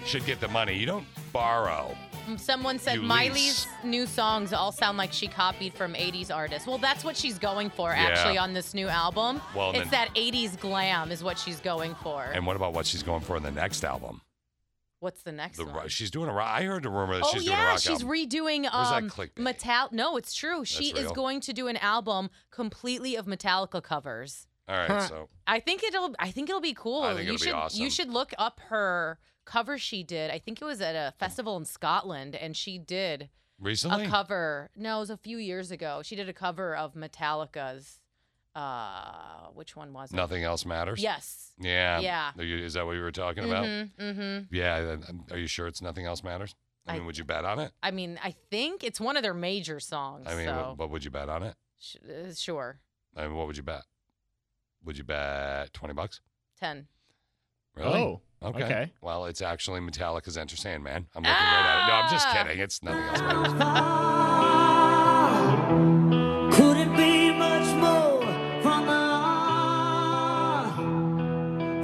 should get the money you don't borrow Someone said You Miley's lease. new songs all sound like she copied from 80s artists. Well, that's what she's going for Yeah. actually on this new album. Well, it's then- that 80s glam is what she's going for. and what about what she's going for in the next album What's the next the, one? ro- she's doing a rock i heard a rumor that oh she's yeah, doing a rock she's album redoing Where's that um clickbait? Metal. No, it's true. she That's is real. going to do an album completely of Metallica covers. all right so I think it'll. I think it'll be cool. I think it'll you be should. You awesome. should look up her cover she did. I think it was at a festival in Scotland, and she did recently a cover. No, it was a few years ago. She did a cover of Metallica's. Uh, which one was it? nothing else matters Yes. yeah Yeah. Are you- is that what you were talking about Mm-hmm, mm-hmm. yeah then- um, are you sure it's nothing else matters i I- mean would you bet on it I mean, I think it's one of their major songs. i mean so what, what would you bet on it sh- uh, sure, I mean, what would you bet? Would you bet twenty bucks? ten. Really? Oh, Okay. okay. Well, it's actually Metallica's Enter Sandman. I'm looking right at it. No, I'm Ah! just kidding. It's nothing else. Could it be much more from the heart?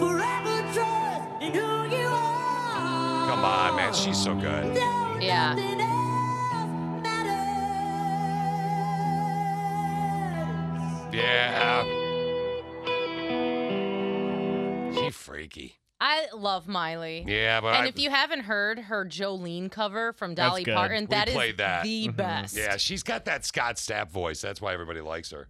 Forever trust in who you are. Come on, man. She's so good. Yeah. Yeah. She freaky. I love Miley. Yeah, but and I- if you haven't heard her Jolene cover from That's Dolly good. Mm-hmm. Parton, We that is played that. the best. Yeah, she's got that Scott Stapp voice. That's why everybody likes her.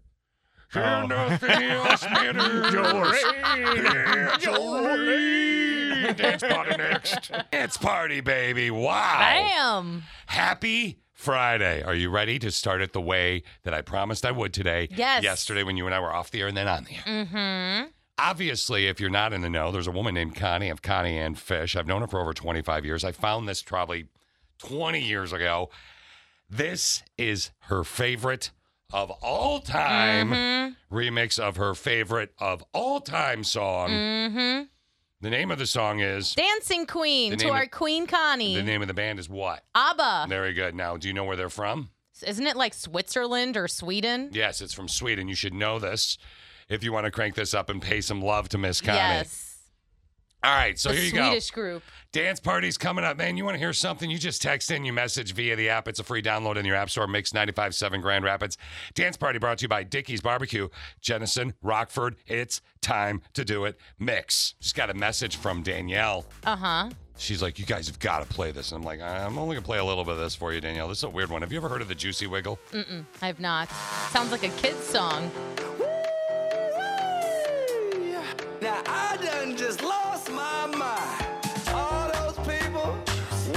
Oh. Nothing else matters. Yours. Yeah, Jolene. your dance party next. It's party, baby. Wow. Bam. Happy Friday. Are you ready to start it the way that I promised I would today? Yes. Yesterday when you and I were off the air and then on the air. Mm-hmm. Obviously, if you're not in the know, there's a woman named Connie of Connie Ann Fish. I've known her for over 25 years. I found this probably 20 years ago. This is her favorite of all time remix of her favorite of all time song. Mm-hmm. The name of the song is Dancing The Queen to name our of- Queen Connie. The name of the band is what? ABBA. Very good. Now, do you know where they're from? Isn't it like Switzerland or Sweden? Yes, it's from Sweden. You should know this if you want to crank this up and pay some love to Miss Connie. Yes. All right, so the here you go. Swedish group. Dance parties coming up, man. You want to hear something? You just text in, you message via the app. It's a free download in your app store. Mix 95.7 Grand Rapids. Dance party brought to you by Dickie's Barbecue, Jennison, Rockford. It's time to do it. Mix. Just got a message from Danielle. Uh huh. She's like, you guys have got to play this. And I'm like, I'm only going to play a little bit of this for you, Danielle. This is a weird one. Have you ever heard of the Juicy Wiggle? Mm-mm. I have not. Sounds like a kid's song. Now I done just lost my mind. All those people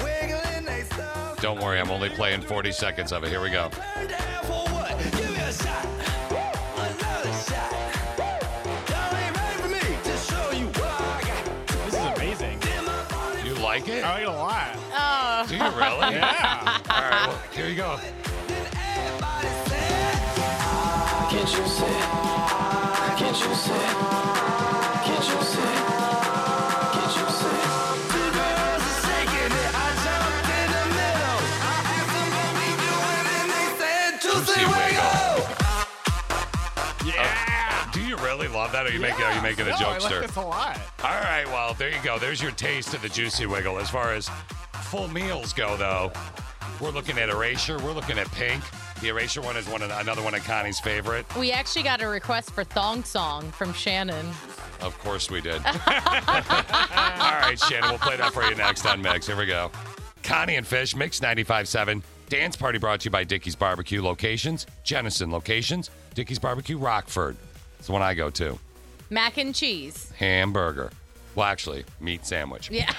wiggling they stuff. Mm. Don't worry, I'm only playing 40 seconds of it. Here we go. Down for what? Give me a shot. Woo! Another shot. Woo! Y'all ain't ready for me to show you what I got. This is amazing. You like it? Uh, like it a lot. Oh. Do you really? Yeah. All right, well, here you go. Can't you see? Can't you see? Can't you see? Can't you see? Two girls are shaking it. I jumped in the middle. I asked them what we doing, and they said Juicy Wiggle. Yeah. do you really love that? Or are you making, are you making a No, I jokester? like this a lot. All right, well, there you go. There's your taste of the Juicy Wiggle. As far as full meals go, though, we're looking at Erasure. We're looking at Pink. The Erasure one is one of, another one of Connie's favorite. We actually got a request for Thong Song from Shannon. Of course we did. All right, Shannon, we'll play that for you next on Mix. Here we go. Connie and Fish, Mix 95.7. Dance party brought to you by Dickie's Barbecue Locations, Jennison Locations, Dickie's Barbecue Rockford. It's the one I go to. Mac and cheese. Hamburger. Well, actually, meat sandwich. Yeah.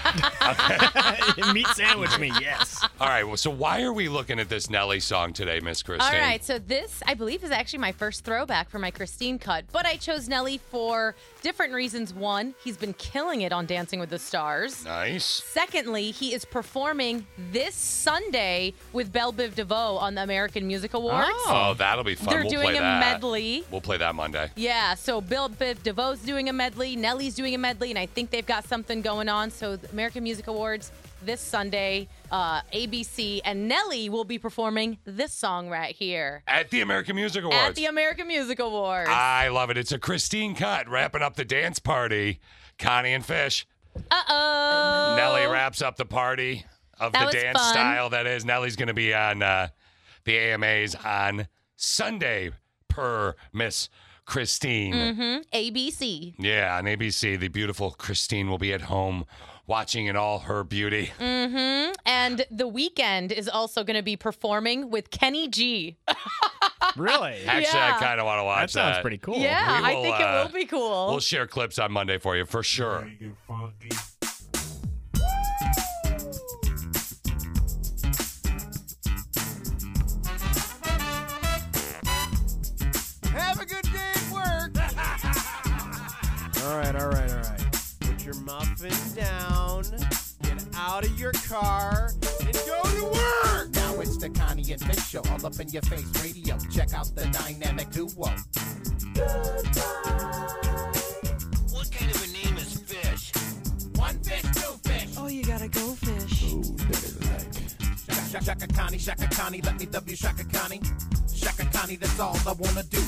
Meat sandwich me, yes. All right, well, so why are we looking at this Nelly song today, Miss Christine? All right, so this I believe is actually my first throwback for my Christine cut, but I chose Nelly for different reasons. One, he's been killing it on Dancing with the Stars. Nice. Secondly, he is performing this Sunday with Belle Biv DeVoe on the American Music Awards. Oh, that'll be fun. They're we'll doing play a that. medley. We'll play that Monday. Yeah, so Bill Biv DeVoe's doing a medley, Nelly's doing a medley, and I think they've got something going on. So the American Music Awards this Sunday, uh, ABC, and Nelly will be performing this song right here At the American Music Awards. at the American Music Awards. I love it. It's a Christine cut wrapping up the dance party. Connie and Fish. Uh oh. Nelly wraps up the party of That the was dance fun. style that is. Nelly's going to be on uh, the AMAs on Sunday per Miss Christine. Mm-hmm. ABC. Yeah, on ABC, the beautiful Christine will be at home watching in all her beauty. Mm-hmm. And the weekend is also going to be performing with Kenny G. Really? Actually, Yeah. I kind of want to watch that. sounds pretty cool. Yeah, We I will, think uh, it will be cool. We'll share clips on Monday for you for sure. Have a good day at work. All right, all right, all right. Put your muffin down, get out of your car, and go to work. Now it's the Connie and Fish show, all up in your face radio. Check out the dynamic duo. What kind of a name is fish? One fish, two fish. Oh, you gotta go fish. Shaka, shaka, shaka Connie, shaka Connie, let me love you, shaka Connie. Shaka Connie, that's all I wanna do.